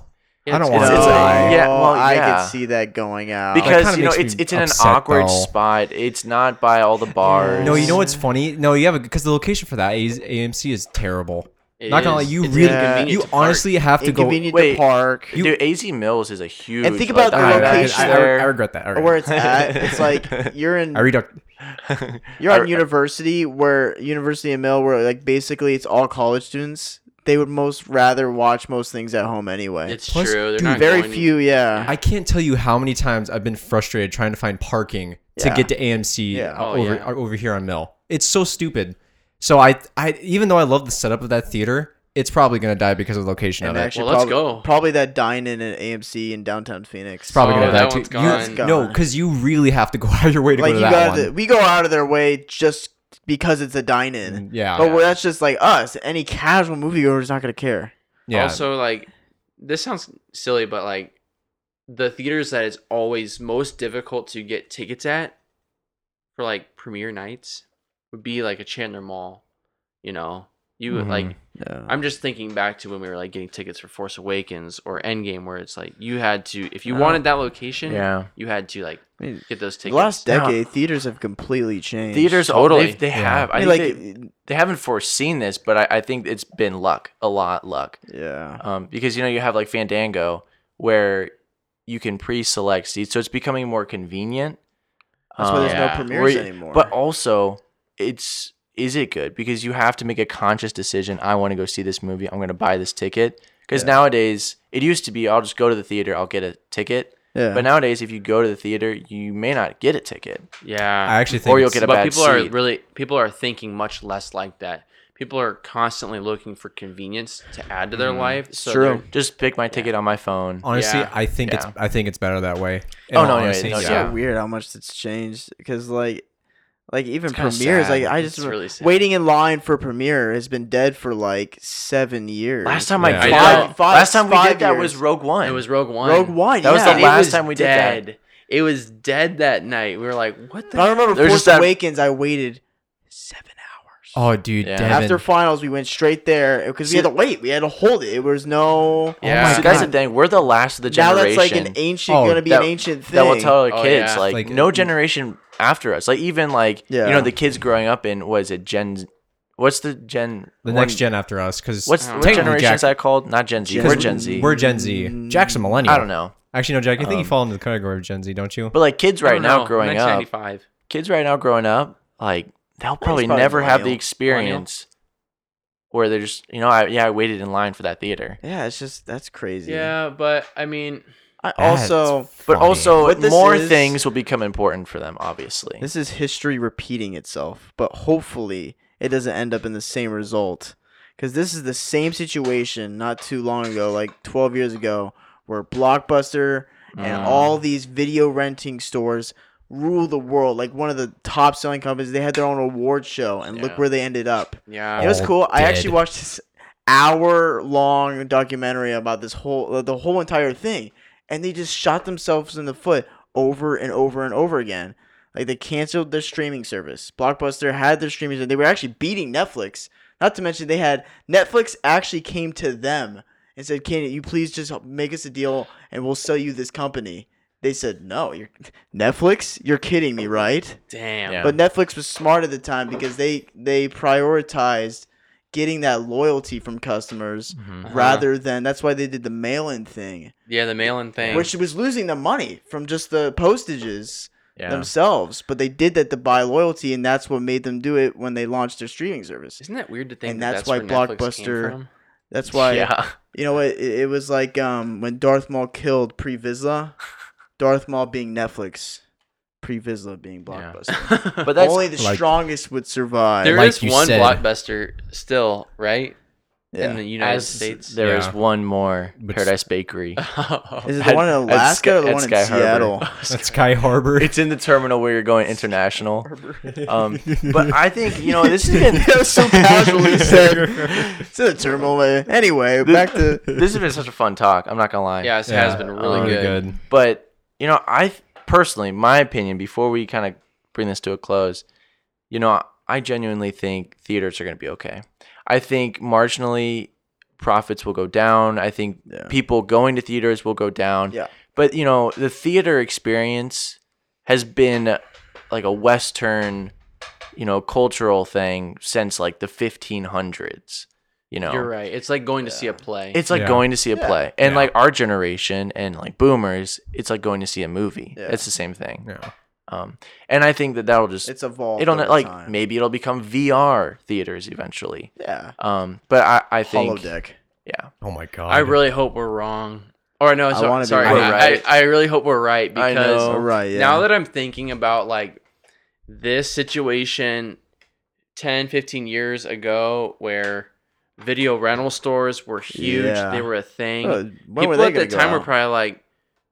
Yeah, I don't it's- want it's to a- die. yeah, well, I yeah. could see that going out. That because kinda you know makes it's me it's in an upset, awkward though. spot. It's not by all the bars. No, you know what's funny? No, you have a because the location for that is- AMC is terrible. it Not gonna lie, is. you It's really, inconvenient you to park. honestly have to go. inconvenient Wait. to park. You- Dude, AZ Mills is a huge. And think like, about the I, I- I- location I- I there. regret that. I regret Or where that. it's at, it's like you're in I reduct. you're on I- university where university and mill where like basically it's all college students. They would most rather watch most things at home anyway. It's Plus, true. They're dude, not Very going- few, yeah. I can't tell you how many times I've been frustrated trying to find parking to Yeah. get to AMC Yeah. uh, Oh, over yeah. uh, over here on Mill. It's so stupid. So I I even though I love the setup of that theater, it's probably gonna die because of the location And of it. actually, Well, let's probably, go. probably that dine in at AMC in downtown Phoenix. it's probably Oh, gonna that die too. one's You- gone. It's no, gone. because you really have to go out of your way to like go to that you got one. to, we go out of their way just because it's a dine in. Mm, yeah, But that's just like us. Any casual moviegoer is not gonna care. yeah. Also, like, this sounds silly, but like, the theaters that it's always most difficult to get tickets at for like premiere nights would be like a Chandler Mall. You know, you would, like. No. I'm just thinking back to when we were like getting tickets for Force Awakens or Endgame, where it's like you had to, if you Oh. wanted that location, yeah. you had to like I mean, get those the tickets. last No. decade, theaters have completely changed. Theaters Totally. totally. They Yeah. have. I, I mean, think like, they, they haven't foreseen this, but I, I think it's been luck, a lot luck, yeah, um, because you know you have like Fandango where you can pre-select seats, so it's becoming more convenient. that's why Um, there's yeah. no premieres Where- anymore. But also, it's is it good? Because you have to make a conscious decision. I want to go see this movie. I'm going to buy this ticket. Because Yeah. nowadays, it used to be I'll just go to the theater. I'll get a ticket. yeah, But nowadays, if you go to the theater, you may not get a ticket. yeah. I actually think Or you'll it's- get a but bad people are seat. really people are thinking much less like that. People are constantly looking for convenience to add to their Mm. Mm-hmm. life. So they're- Just pick my ticket on my phone. honestly. yeah. I think it's I think it's better that way. In Oh, all no, yeah, honesty, no, It's yeah. so weird how much it's changed because like like even kinda premieres sad. like i just It's remember- really sad. waiting in line for premiere has been dead for like seven years Last time Yeah. I I did know. that, last time Five- we did five that years. was Rogue One. it was Rogue One. rogue one That was yeah. the It last was time we did that. dead. It was dead that night. We were like, what the? i remember There's force just that- awakens i waited seven hours Oh, dude, Yeah. Devin. after finals we went straight there because we See- had to wait we had to hold it it was no Yeah. Yeah. See, that's the thing. We're the last of the now generation. that's like an ancient Oh, gonna be that- an ancient thing that will tell our Oh, kids yeah. like, Like, no generation after us like even like you Yeah. know the kids growing up in was it gen what's the gen the one- next gen after us, because what's what generation is that called not gen z Gen- we're gen z We're Gen Mm. Z. Jack's a millennial. i don't know Actually, no, Jack. I think you Um, fall into the category of Gen Z, don't you? but like kids I right don't now know, growing up 1995. kids right now growing up like they'll probably, probably never have the millennial. experience where they're just you know I, yeah i waited in line for that theater yeah it's just that's crazy Yeah, but I mean, i That's also but funny. also But this more is- things will become important for them obviously This is history repeating itself, but hopefully it doesn't end up in the same result. Because this is the same situation not too long ago, like 12 years ago, where Blockbuster and all these video renting stores rule the world. Like one of the top selling companies, they had their own award show, and Yeah. look where they ended up. yeah. It was All cool. I dead. actually watched this hour long documentary about this whole uh, the whole entire thing, and they just shot themselves in the foot over and over and over again. Like they canceled their streaming service. Blockbuster had their streaming service. They were actually beating Netflix. Not to mention they had Netflix actually came to them and said, "Can you please just make us a deal and we'll sell you this company?" They said, "No, you're Netflix. You're kidding me, right?" Damn. Yeah. But Netflix was smart at the time because they they prioritized getting that loyalty from customers Mm-hmm. Mhm. rather than that's why they did the mail-in thing, Uh-huh. Yeah, the mail-in thing. which was losing the money from just the postages yeah themselves. But they did that to buy loyalty, and that's what made them do it when they launched their streaming service. isn't that weird to think and that that's that's, why where Netflix came Blockbuster- from? That's why yeah you know it, it was like um, when Darth Maul killed Pre Vizsla. Darth Maul being Netflix, Pre Vizsla being Yeah. Blockbuster. but But that's Only the Like- strongest would survive. there Uh, Like is you one said. blockbuster still, right? yeah. In the United as States. Oh. there is Yeah. one more But- Paradise Bakery. Is it the At- one in at Alaska Sky- or the at one in Sky Harbor. Seattle? At Sky Harbor. It's in the terminal where you're going international. Um, but I think you know this has been That was so casually said. It's in the terminal. man. Anyway, back to this has been such a fun talk. I'm not gonna lie. yeah, it Yeah, has been really, really good. But you know, I personally, my opinion, before we kind of bring this to a close, you know, I genuinely think theaters are going to be okay. I think marginally profits will go down. I think Yeah. people going to theaters will go down. Yeah. But you know, the theater experience has been like a Western, you know, cultural thing since like the 1500s. You know, You're right. It's like going to see a play. it's like Yeah. going to see a Yeah. play. And Yeah. like our generation and like boomers, it's like going to see a movie. Yeah. It's the same thing. Yeah. Um, and I think that that'll just, it's evolved. it'll over like, time. maybe it'll become VR theaters eventually. yeah, Um, but I, I think, holodeck. yeah, Oh my god. I really hope we're wrong. Or no, so, wanna be sorry. wrong. I, Right. I, I really hope we're right I because know. All right. Yeah. now that I'm thinking about like this situation 10, 15 years ago where video rental stores were huge, Yeah. they were a thing. Uh, when People were they at gonna that go time were out? probably like,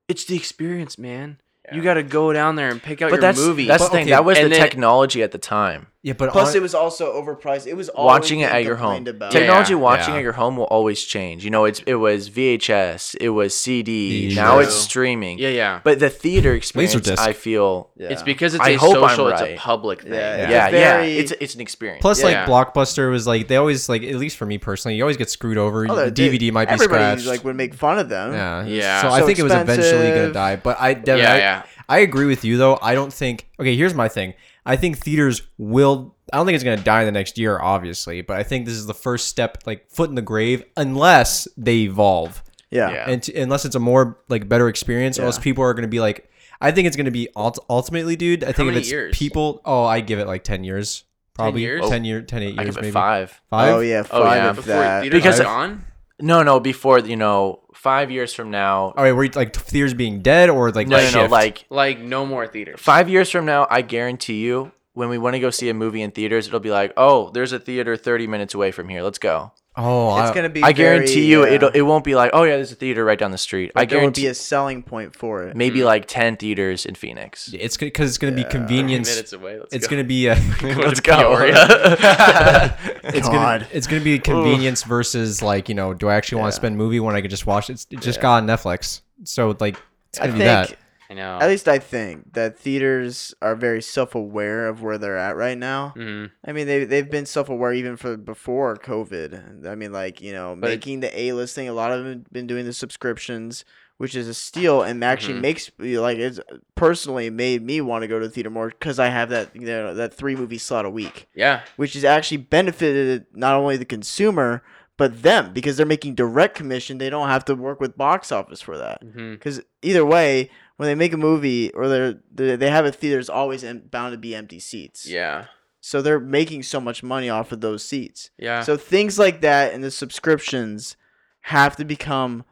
it's the experience, man. You got to go down there and pick out but your that's, movie. that's But the thing. okay, That was and the then- technology at the time. Yeah, but Plus, hon- it was also overpriced. It was always Watching it being at your home. complained About. Yeah. Technology watching Yeah. at your home will always change. You know, it's it was VHS, it was CD, Yeah. now it's True. streaming. yeah, yeah. But the theater experience, Laserdisc. I feel, Yeah. It's because it's I a hope I'm social, right. it's a public thing. Yeah, Yeah. it's a yeah, very- yeah, it's it's an experience. Plus, Yeah. like Blockbuster was like they always like at least for me personally, you always get screwed over. Oh, The they- DVD might be everybody, scratched. Like would make fun of them. yeah, Yeah. So, I So think it was eventually gonna expensive. die. But I, Devin, Yeah, I, yeah. I agree with you though. I don't think. Okay, here's my thing. I think theaters will. I don't think it's gonna die in the next year, obviously. But I think this is the first step, like foot in the grave, unless they evolve. Yeah. Yeah. and t- unless it's a more like better experience, or else Yeah. people are gonna be like, I think it's gonna be ult- ultimately, dude. I think if many it's years? people, oh, I give it like ten years, probably years? 10 year, 10, eight I years, give it maybe five. Five? Oh yeah. Oh, Five yeah. of Before that. theaters Because- because on? No, no, before you know, five years from now. Oh, All right, were you, like theaters being dead or like no, no, shift? no, like Like, no more theaters. five years from now, I guarantee you, when we want to go see a movie in theaters, it'll be like, oh, there's a theater 30 minutes away from here. Let's go. oh, It's I- gonna be. I guarantee very, you, yeah. it'll it won't be like, oh yeah, there's a theater right down the street. I But there would guarantee be Mm. a selling point for it. maybe like ten theaters in Phoenix. it's because it's gonna be convenience. It's minutes away. Let's go. gonna be a. Let's go. Yeah. It's gonna, it's gonna be convenience versus like you know do I actually want to spend movie when I could just watch it? It's, it just got on Netflix, so like it's I gonna think. be that. I know. At least I think that theaters are very self-aware of where they're at right now. Mm-hmm. Mhm. I mean, they they've been self-aware even for before COVID. I mean, like you know, But it- making the A list thing. A lot of them have been doing the subscriptions, which is a steal, and actually makes like it's personally made me want to go to the theater more because I have that you know that three movie slot a week, Yeah. which has actually benefited not only the consumer but them because they're making direct commission. They don't have to work with box office for that. Mhm. Because either way, when they make a movie or they're, they they have a theater, there's always em- bound to be empty seats. Yeah. So they're making so much money off of those seats. Yeah. So things like that and the subscriptions have to become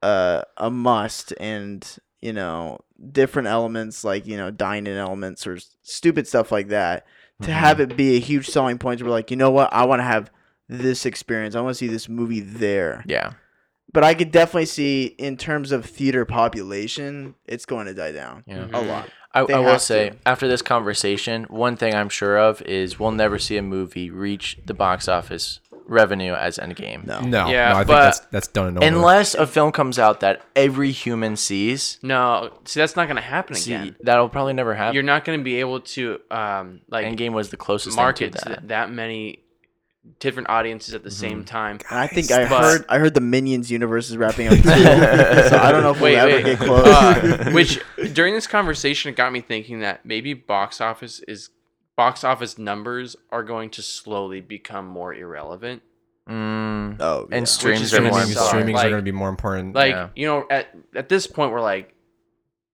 uh, a must and, you know, different elements like, you know, dine in elements or s- stupid stuff like that to Mm-hmm. have it be a huge selling point where, like, you know what? I want to have this experience. I want to see this movie there yeah. but I could definitely see in terms of theater population, it's going to die down Yeah. a lot. I, Mm-hmm. They I will have say, to. after this conversation, one thing I'm sure of is we'll never see a movie reach the box office revenue as Endgame. No, No, Yeah, no, I think but- that's that's done and over. Unless a film comes out that every human sees, No, see, that's not going to happen see, again. that'll probably never happen. You're not going to be able to, um, like, Endgame was the closest market thing to to that. Mm-hmm. that. that many different audiences at the same time. And I think I But- heard I heard the Minions universe is wrapping up too. so I don't know if Wait, we'll ever wait. get close. Uh, which during this conversation, it got me thinking that maybe box office is box office numbers are going to slowly become more irrelevant. Mm, oh, yeah. and streams is are gonna more be streaming, important. important. streamings Like- are gonna be more important. Like Yeah. you know, at at this point, we're like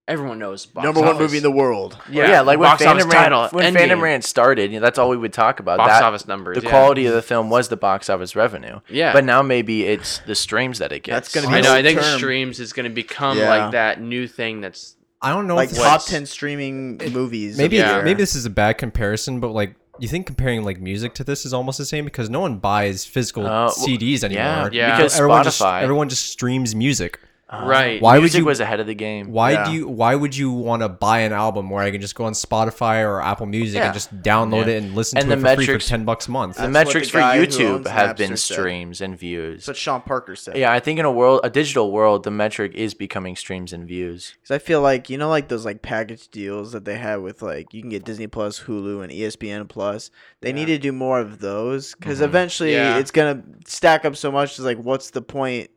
everyone knows box number office. one movie in the world. Yeah, like when box office Phantom, title, Rant, when Endgame, Phantom Rant started, you know, that's all we would talk about. box Uh, That- office numbers, The yeah. quality of the film was the box office revenue. Yeah. But now maybe it's the streams that it gets. That's gonna be I know. I long think term. streams is going to become Yeah. like that new thing that's I don't know like if what? this- top ten streaming movies. of maybe the Yeah. year. maybe this is a bad comparison, but like you think comparing like music to this is almost the same because no one buys physical Uh, well, CDs anymore. Yeah, Yeah. because everyone Spotify. just everyone just streams music. Uh, Right. Why would music you- was ahead of the game. Why Yeah. do you why would you want to buy an album where I can just go on Spotify or Apple Music Yeah. and just download Yeah. Uh, it and listen And to the it for free metrics- for 10 bucks a month? the That's what metrics the for guy who YouTube owns have been Napster said. streams and views. That's what Sean Parker said. yeah, I think in a world, a digital world, the metric is becoming streams and views. Because I feel like you know, like those like package deals that they had with like you can get Disney Plus, Hulu, and E ESPN Plus. They need to do more of those because Mhm. eventually Mm-hmm. Yeah. it's gonna stack up so much. It's like, what's the point?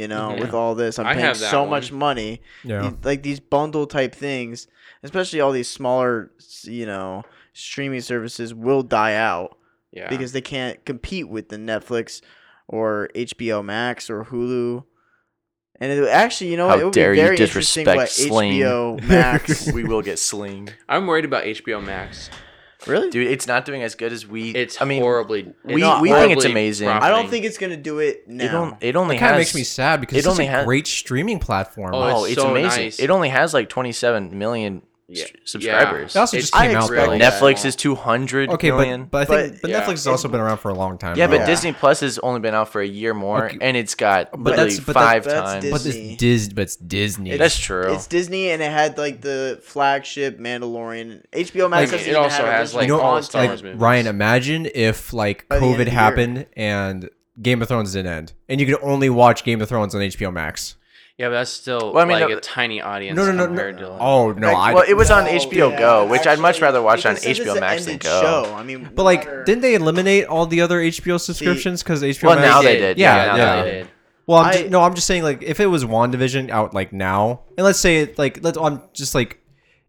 You know, Mhm. with all this, I'm I paying have that so one. much money. yeah. These- like these bundle type things, especially all these smaller, s- you know, streaming services will die out Yeah. because they can't compete with the Netflix or HBO Max or Hulu. And it, actually, you know, what? How it would dare be you very disrespect interesting what Sling. HBO Max. we will get sling, I'm worried about HBO Max. really? dude. It's not doing as good as we. It's I mean, horribly. we- it's we think it's horribly amazing. I profiting. don't think it's gonna do it it, now. on, it only Kind has of makes me sad because it it's such only a has- great streaming platform. Oh, Oh, it's it's, so amazing. nice. It only has like 27 million Yeah. s- subscribers. It also It's- just came I out. expect though. that. Netflix is two hundred million. Okay, but, but I think But- but yeah. Netflix has also been around for a long time. yeah, though. but Disney Plus has only been out for a year more, Okay. and it's got But literally that's- but that- five that's times. But Disney. it's Dis, but it's Disney. that's true. It's Disney, and it had like the flagship Mandalorian. HBO Like, Max. doesn't it even also have has, original like, all content. Star Wars like movies. Ryan, imagine if like By the end COVID of the year. happened and Game of Thrones didn't end, and you could only watch Game of Thrones on HBO Max. Yeah, but that's still Well, I mean, like no- a tiny audience. No, no, no, compared no. to- Oh no, Like, I. well, it was on No, HBO yeah, Go, which I'd much actually, rather watch on because this is HBO an Max than ended Go. Show. I mean, but like, Water- didn't they eliminate all the other HBO subscriptions because HBO? Well, Max- now they did. Yeah, now yeah. they did. Well, I'm I- just, no, I'm just saying like if it was WandaVision out like now, and let's say it like let's I'm just like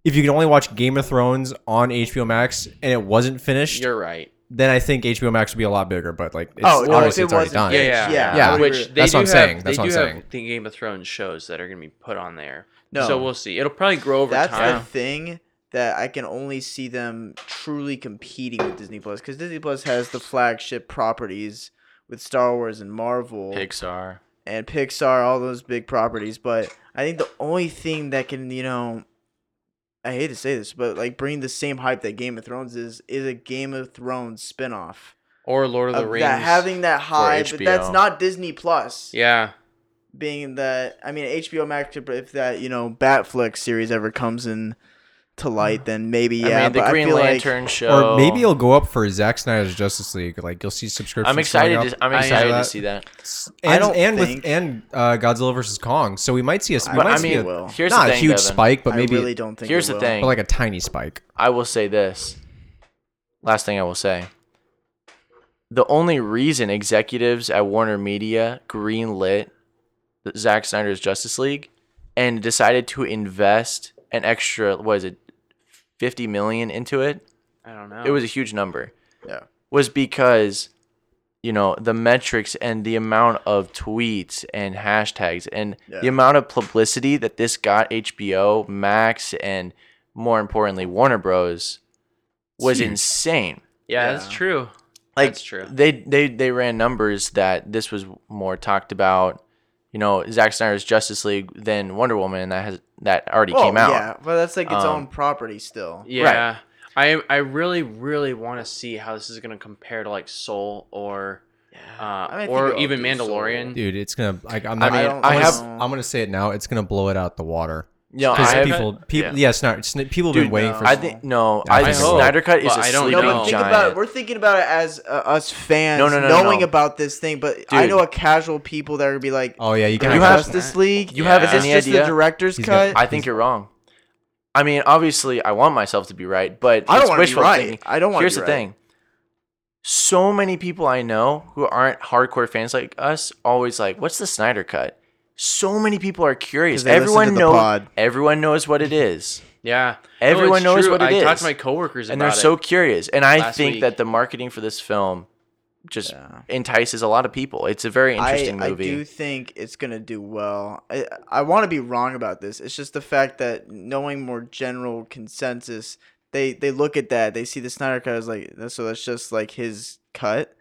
if you can only watch Game of Thrones on HBO Max and it wasn't finished, You're right. then I think HBO Max would be a lot bigger. But like, it's, Oh, well, obviously if it it's already wasn't- done. Yeah, yeah, Yeah, Yeah. I would agree. Which they That's do what I'm have, saying. They That's do what I'm have saying. the Game of Thrones shows that are going to be put on there. No. So we'll see. It'll probably grow over that's time. the thing that I can only see them truly competing with Disney Plus because Disney Plus has the flagship properties with Star Wars and Marvel Pixar. and Pixar, all those big properties. But I think the only thing that can, you know, I hate to say this, but like bring the same hype that Game of Thrones is, is a Game of Thrones spinoff. or Lord of the Of Rings. that having that high, but that's HBO. not Disney Plus. yeah. being that I mean HBO Max could- if that you know Batflex series ever comes in to light, then maybe yeah. I mean, but the I Green feel like- Lantern show. Or maybe it'll go up for Zack Snyder's Justice League. Like you'll see subscriptions. I'm excited. going To, up. I'm I excited that. to see that. And, I don't and think- with and uh, Godzilla versus Kong, so we might see a. we But might I see mean, a- will. here's not the thing, a huge Devin. spike, but maybe I really don't think. Here's it the will. thing. but like a tiny spike. I will say this. Last thing I will say. The only reason executives at Warner Media greenlit the Zack Snyder's Justice League and decided to invest an extra what is it 50 million into it. I don't know. It was a huge number. Yeah. Was because you know, the metrics and the amount of tweets and hashtags and Yeah. the amount of publicity that this got HBO Max and more importantly Warner Bros was Huge. insane. yeah, Yeah. that's true. Like That's true. they they they ran numbers that this was more talked about. You know, Zack Snyder's Justice League than Wonder Woman, and that has that already Well, came out. Yeah, but that's like its Um, own property still. Yeah. I I really really want to see how this is going to compare to like Soul or uh, I mean, I think or it'll even do Soul. Mandalorian. Dude, it's gonna. Like, I'm I not. mean, don't I I'm have- gonna- know. I'm gonna say it now. It's gonna blow it out the water. You know, I Because have, people, people, yeah, Snyder, Sn- people have Dude, been waiting for. I think no. I, I think hope, Snyder Cut is but a I don't sleeping No, know. but think giant. about it. We're thinking about it as uh, us fans No, no, no, no, knowing no. about this thing. But I Dude. know a casual people that would be like, oh yeah, you "The can. You have- Justice League. you Yeah. have Is this Is any this idea? the director's He's cut? got- I think you're wrong. I mean, obviously, I want myself to be right, but I don't it's want to be wishful right. thinking. I don't want. Here's to the be right. thing: so many people I know who aren't hardcore fans like us always like, "What's the Snyder Cut?" So many people are 'Cause curious. they listen Everyone to the knows. pod. Oh, Everyone knows what it is, Yeah. Everyone it's knows what it I is. talked to my coworkers and about they're so curious. And I Last think week. that the marketing for this film just Yeah. entices a lot of people. It's a very interesting I, movie. I do think it's gonna do well. I I want to be wrong about this. It's just the fact that knowing more general consensus, they they look at that. They see the Snyder cut as like that's- so. That's just like his cut.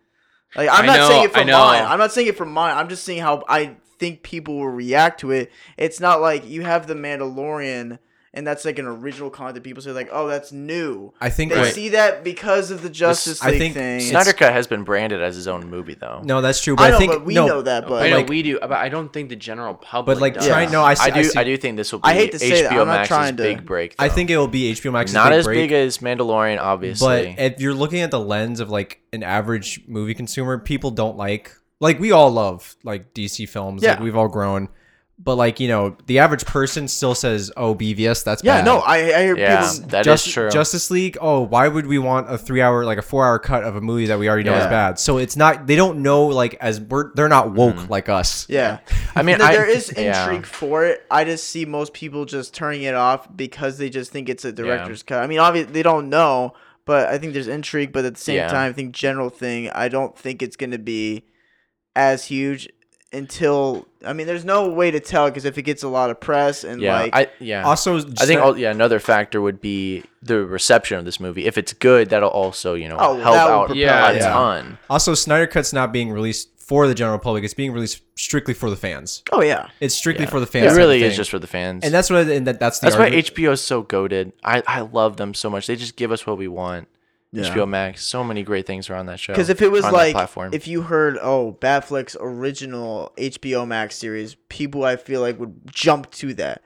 Like I'm I not saying know, it I from know. mine. I'm not saying it from mine. I'm just saying how I think people will react to it. It's not like you have the Mandalorian and that's like an original content. People say like, "Oh, that's new." I think They right. see that because of the Justice I League think thing. Snyder Snyder Cut has been branded as his own movie, though. no, that's true. But I I, know, think but we no, know that, but I know like- we do, but I don't think the general public. But like, does. try no. I, I see, do. I, see- do think this will be I hate to say that, HBO I'm not Max's trying to- big break. I though. think it will be HBO Max's not big as break, big as Mandalorian, obviously. But if you're looking at the lens of like an average movie consumer, people don't like like we all love like DC films. Like Yeah. we've all grown. But like, you know, the average person still says, Oh, BVS, that's yeah, bad. no, I, I hear yeah, people. that is Just- true. Justice League, oh, why would we want a three hour like a four hour cut of a movie that we already know is Yeah. Mm-hmm. bad? So it's not they don't know like as we're they're not woke like us. Yeah, I mean, No, I- there is intrigue yeah. for it. I just see most people just turning it off because they just think it's a director's cut. I mean, obviously they don't know, but I think there's intrigue. But at the same Yeah. time, I think general thing, I don't think it's going to be as huge until. I mean, there's no way to tell because if it gets a lot of press and Yeah, like, I yeah. Also I think Sny- all, yeah, another factor would be the reception of this movie. If it's good, that'll also you know Oh, well, help that would out propel a it. ton. also Snyder Cut's not being released for the general public, it's being released strictly for the fans. oh yeah, It's strictly Yeah. for the fans. it really is just. just for the fans. And that's what and that, that's the That's why argument. HBO is so goaded. I, I love them so much. They just give us what we want. HBO Max, so many great things are on that show. Because if it was on that like, platform, if you heard, oh, Batfleck's original HBO Max series, people I feel like would jump to that.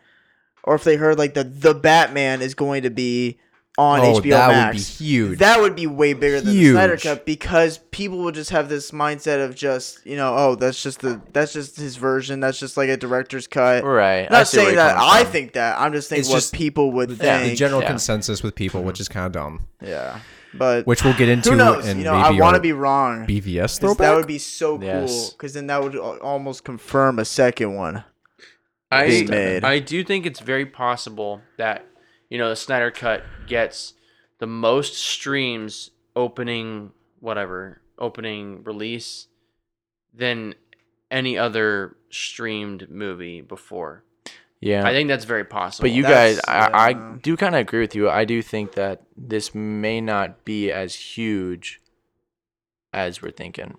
Or if they heard like the the Batman is going to be on Oh, HBO that would Max, be huge. That would be way bigger than the Snyder Huge. Cut because people would just have this mindset of just you know, oh, that's just the that's just his version. That's just like a director's cut. right? not see where saying you're that coming I from. think that. I'm just saying It's what just people would yeah, think. the general yeah. consensus with people, which is kind of dumb, yeah, but which we'll get into. who knows? in You know, I maybe want to our be wrong. BVS 'Cause throwback. That would be so cool. Yes. Because then that would al- almost confirm a second one. I, being made. I do think it's very possible that you know the Snyder Cut gets the most streams opening whatever opening release than any other streamed movie before. Yeah, I think that's very possible. but you That's- guys, I, I yeah. do kind of agree with you. I do think that this may not be as huge as we're thinking.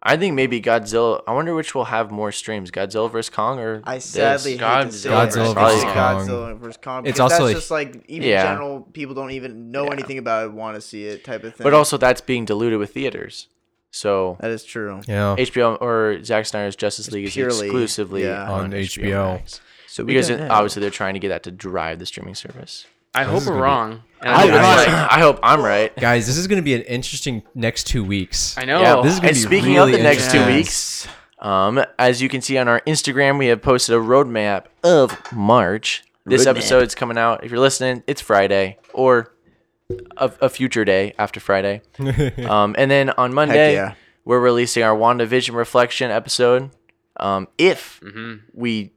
I think maybe Godzilla. I wonder which will have more streams, Godzilla vs Kong or I this? sadly hate to say Godzilla it. versus I hate Kong. Godzilla versus Kong. It's It's also also a- that's just like even Yeah. general people don't even know Yeah. anything about it, want to see it type of thing. But also that's being diluted with theaters. So that is true. yeah, HBO or Zack Snyder's Justice League is purely- exclusively yeah. on, On HBO. HBO. Max. So Because don't it- know. obviously they're trying to get that to drive the streaming service. I hope is we're gonna be- wrong. and I I, would hope I'm like- right. I hope I'm right. guys, this is going to be an interesting next two weeks. I know. yeah, this is Oh, gonna and be speaking really of the next two interesting. weeks, um, as you can see on our Instagram, we have posted a roadmap of March. This Roadmap. episode's coming out. If you're listening, it's Friday or a, a future day after Friday. um, and then on Monday, yeah. we're releasing our WandaVision reflection episode. Um, if we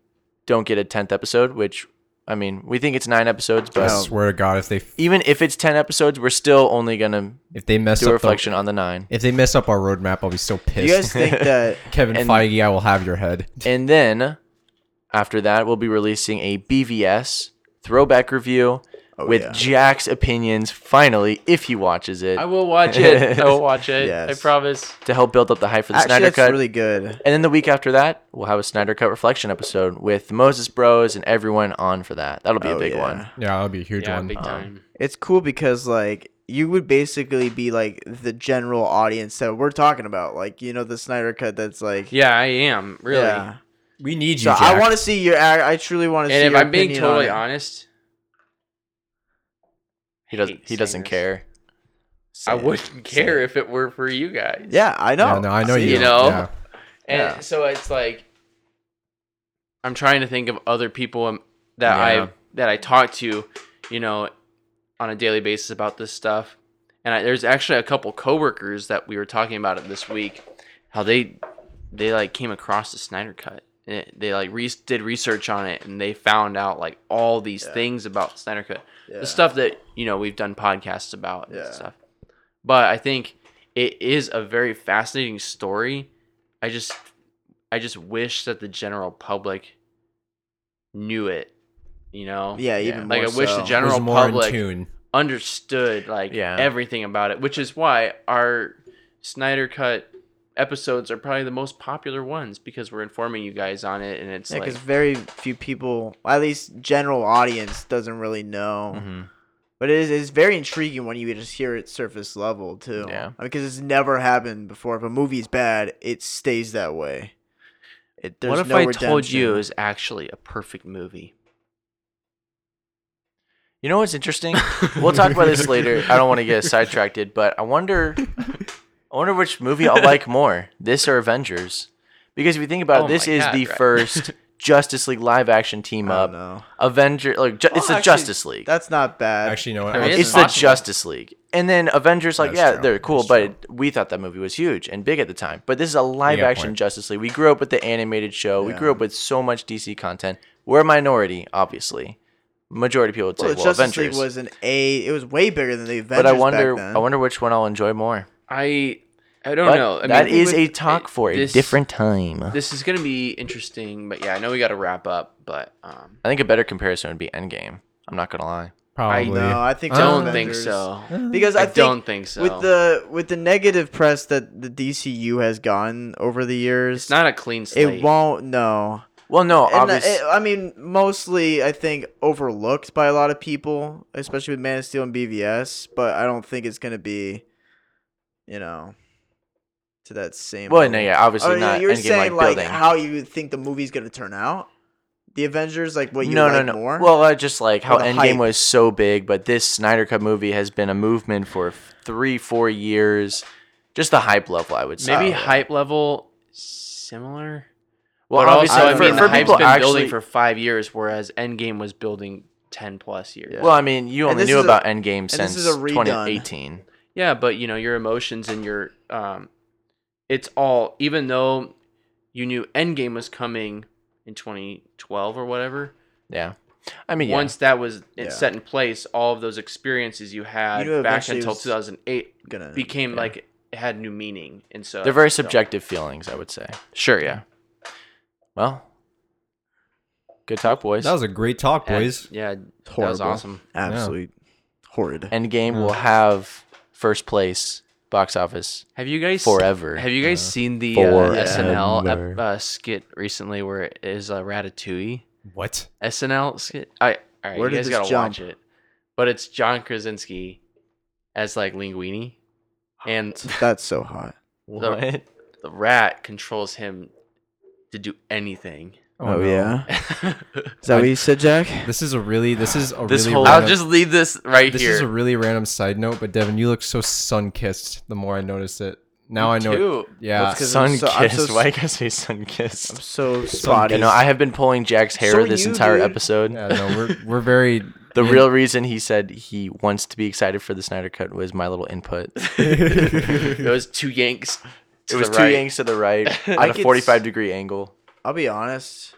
don't get a 10th episode, which, I mean, we think it's nine episodes, but I swear to God, if they even if it's 10 episodes, we're still only going to if they mess do a up reflection on the nine. The, if they mess up our roadmap, I'll be so pissed. you guys think that Kevin and- Feige, I will have your head. And then after that, we'll be releasing a BVS throwback review with Oh, yeah. Jack's opinions finally, if he watches it, I will watch it. I will watch it. I Yes. promise. to help build up the hype for the actually Snyder that's Cut. really good? and then the week after that, we'll have a Snyder Cut reflection episode with the Moses Bros and everyone on for that. That'll be a Oh, big yeah. one. Yeah, that'll be a huge Yeah, one. big time. It's cool because like you would basically be like the general audience that we're talking about, like you know the Snyder cut. That's like Yeah, I am really. Yeah. we need you. So I Jack. want to see your. I, I truly want to see. And if your I'm being opinion on totally it. honest, He doesn't. hate He saying doesn't this. care. I wouldn't care if it were for you guys. Yeah, I know. Yeah, no, I know See, you. you know? yeah. And Yeah. so it's like I'm trying to think of other people um, that Yeah. I that I talk to, you know, on a daily basis about this stuff. And I, there's actually a couple coworkers that we were talking about it this week, how they they like came across the Snyder Cut. And it- they like re- did research on it and they found out like all these things about Snyder Cut, Yeah. the stuff that you know we've done podcasts about and Yeah. stuff. But I think it is a very fascinating story. I just I just wish that the general public knew it, you know? Yeah, even like more I wish so. the It was It was general more in public tune. understood like Yeah. everything about it, which is why our Snyder cut episodes are probably the most popular ones because we're informing you guys on it, and it's Yeah, like because very few people, at least general audience, doesn't really know. Mm-hmm. Mhm. But it is it's very intriguing when you just hear it surface level too. Yeah. because it's never happened before. If a movie's bad, it stays that way. It, there's what if no I told you it redemption. was actually a perfect movie? You know what's interesting? we'll talk about this later. I don't want to get sidetracked, but I wonder, I wonder which movie I'll like more, this or Avengers? Because if you think about Oh it, this my is God, the right. first Justice League live action team I don't up. know. Avenger, like ju- Oh, it's the actually, Justice League. That's not bad. Actually, you know what? There I'll- is It's It's the possible. Justice League. And then Avengers, like, That's yeah, true. they're cool, That's but true. it- we thought that movie was huge and big at the time. But this is a live got a action point. Justice League. We grew up with the animated show. We Yeah. grew up with so much DC content. We're a minority, obviously. Majority of people would say, well, well, the Justice Avengers. League was an A. It was way bigger than the Avengers. but I wonder, back then. I wonder which one I'll enjoy more. I I don't But know. I that mean, is with- a talk for a this- different time. This is gonna be interesting, but yeah, I know we got to wrap up, but um, I think a better comparison would be Endgame. I'm not gonna lie. Probably. No, I think I don't the Uh, think Avengers- so. Uh, Because I, I think don't think so. with the with the negative press that the DCU has gotten over the years, it's not a clean slate. it won't. No, Well, no, And the- obviously. it- I mean, mostly I think overlooked by a lot of people, especially with Man of Steel and BVS. But I don't think it's gonna be, you know, to that same. Well, level. no, yeah, obviously Oh, not. You're Endgame like saying like building. how you think the movie's gonna turn out. The Avengers, like what you no, like no, no. more. Well, uh, just like how the Endgame hype. was so big, but this Snyder Cut movie has been a movement for f- three, four years. Just the hype level, I would say. Maybe Oh, yeah. hype level similar. Well, but also, obviously, I for, mean, for the hype's people been actually. building for five years, whereas Endgame was building ten plus years. well, I mean, you And only this knew is a- about Endgame this since is a redone. 2018. Yeah, but you know, your emotions and your um it's all even though you knew Endgame was coming in 2012 or whatever. Yeah, I mean, yeah. Once that was it Yeah. set in place, all of those experiences you had You knew back eventually Uh, it until was 2008 gonna became like it had new meaning. And so they're very so- subjective feelings, I would say. Sure, yeah. Well, good talk, boys. That was a great talk, And- boys. yeah, that was Horrible. awesome. absolute horrid. Endgame Mm. will have first place box office Have you guys forever. Have you guys seen the uh, Forever. SNL ep- uh, skit recently where it is uh, Ratatouille? What? SNL skit. I all right, Where you did guys this gotta jump? watch it. But it's John Krasinski as like Linguini, and That's so hot. What? the rat controls him to do anything. Oh, no. yeah, I'll is that what you said, Jack? This is a really. This is a This really. whole- random- just leave this right This here. is a really random side note, but Devin, you look so sun kissed. The more I notice it, now I know. It. Too. Yeah, That's 'cause I'm Sun so- I'm so kissed. s- Why did I say sun kissed? I'm so spotty. You know, I have been pulling Jack's hair So this you, entire dude. episode. yeah. No, we're we're very. The real reason he said he wants to be excited for the Snyder Cut was my little input. It was two yanks. it was two yanks to the right at a Like it's- 45 degree angle. I'll be honest.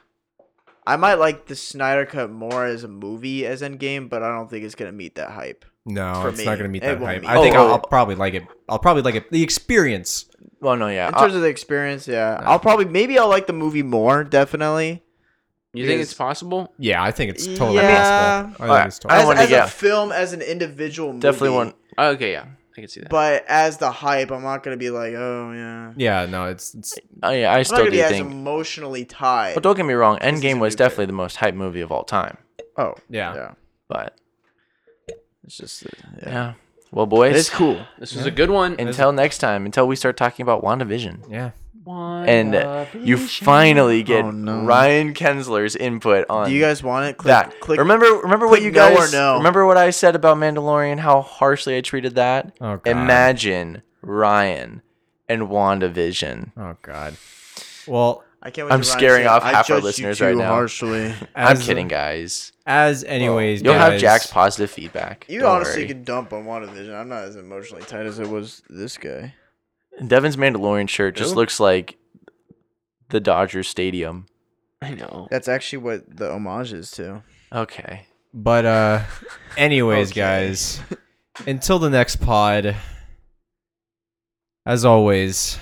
I might like the Snyder Cut more as a movie as Endgame, but I don't think it's gonna meet that hype. No, For it's not me, gonna meet it that won't hype. be. I think Oh, I'll, oh. I'll probably like it. I'll probably like it. The experience. Well, no, yeah. In I- terms of the experience, yeah, I'll probably maybe I'll like the movie more definitely. You think Because- it's possible? Yeah, I think it's totally Yeah. possible. I think I it's totally. don't as, wanna as get- a film as an individual. Movie, definitely want. Oh, okay, yeah, I can see that. But as the hype, I'm not gonna be like, oh yeah. I'm yeah, no, it's, it's Oh, yeah, I not still gonna be do as think. emotionally tied. But don't get me wrong, Endgame isn't was new, but- definitely the most hype movie of all time. oh yeah. But it's just uh, yeah. yeah. Well, boys, It's cool. this was a good one. until next time, until we start talking about WandaVision. yeah. And uh, you finally get Oh, no. Ryan Kensler's input on Do you guys want it? Click, that. Click. remember, remember what click you no or guys no. remember what I said about Mandalorian? How harshly I treated that. Oh god. Imagine Ryan and WandaVision. Oh god. Well, I can't wait I'm to Ryan scaring say, off "I half our judged you listeners too right now." Harshly. I'm as, kidding, guys. As anyways, You'll have guys, Jack's positive feedback. You Don't honestly worry. could dump on WandaVision. I'm not as emotionally tight as I was this guy. Devin's Mandalorian shirt just Who? looks like the Dodgers Stadium. I know. That's actually what the homage is to. Okay. But uh anyways, Okay. guys, until the next pod. As always,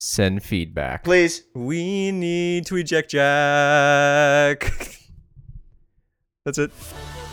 send feedback. Please. We need to eject Jack. That's it.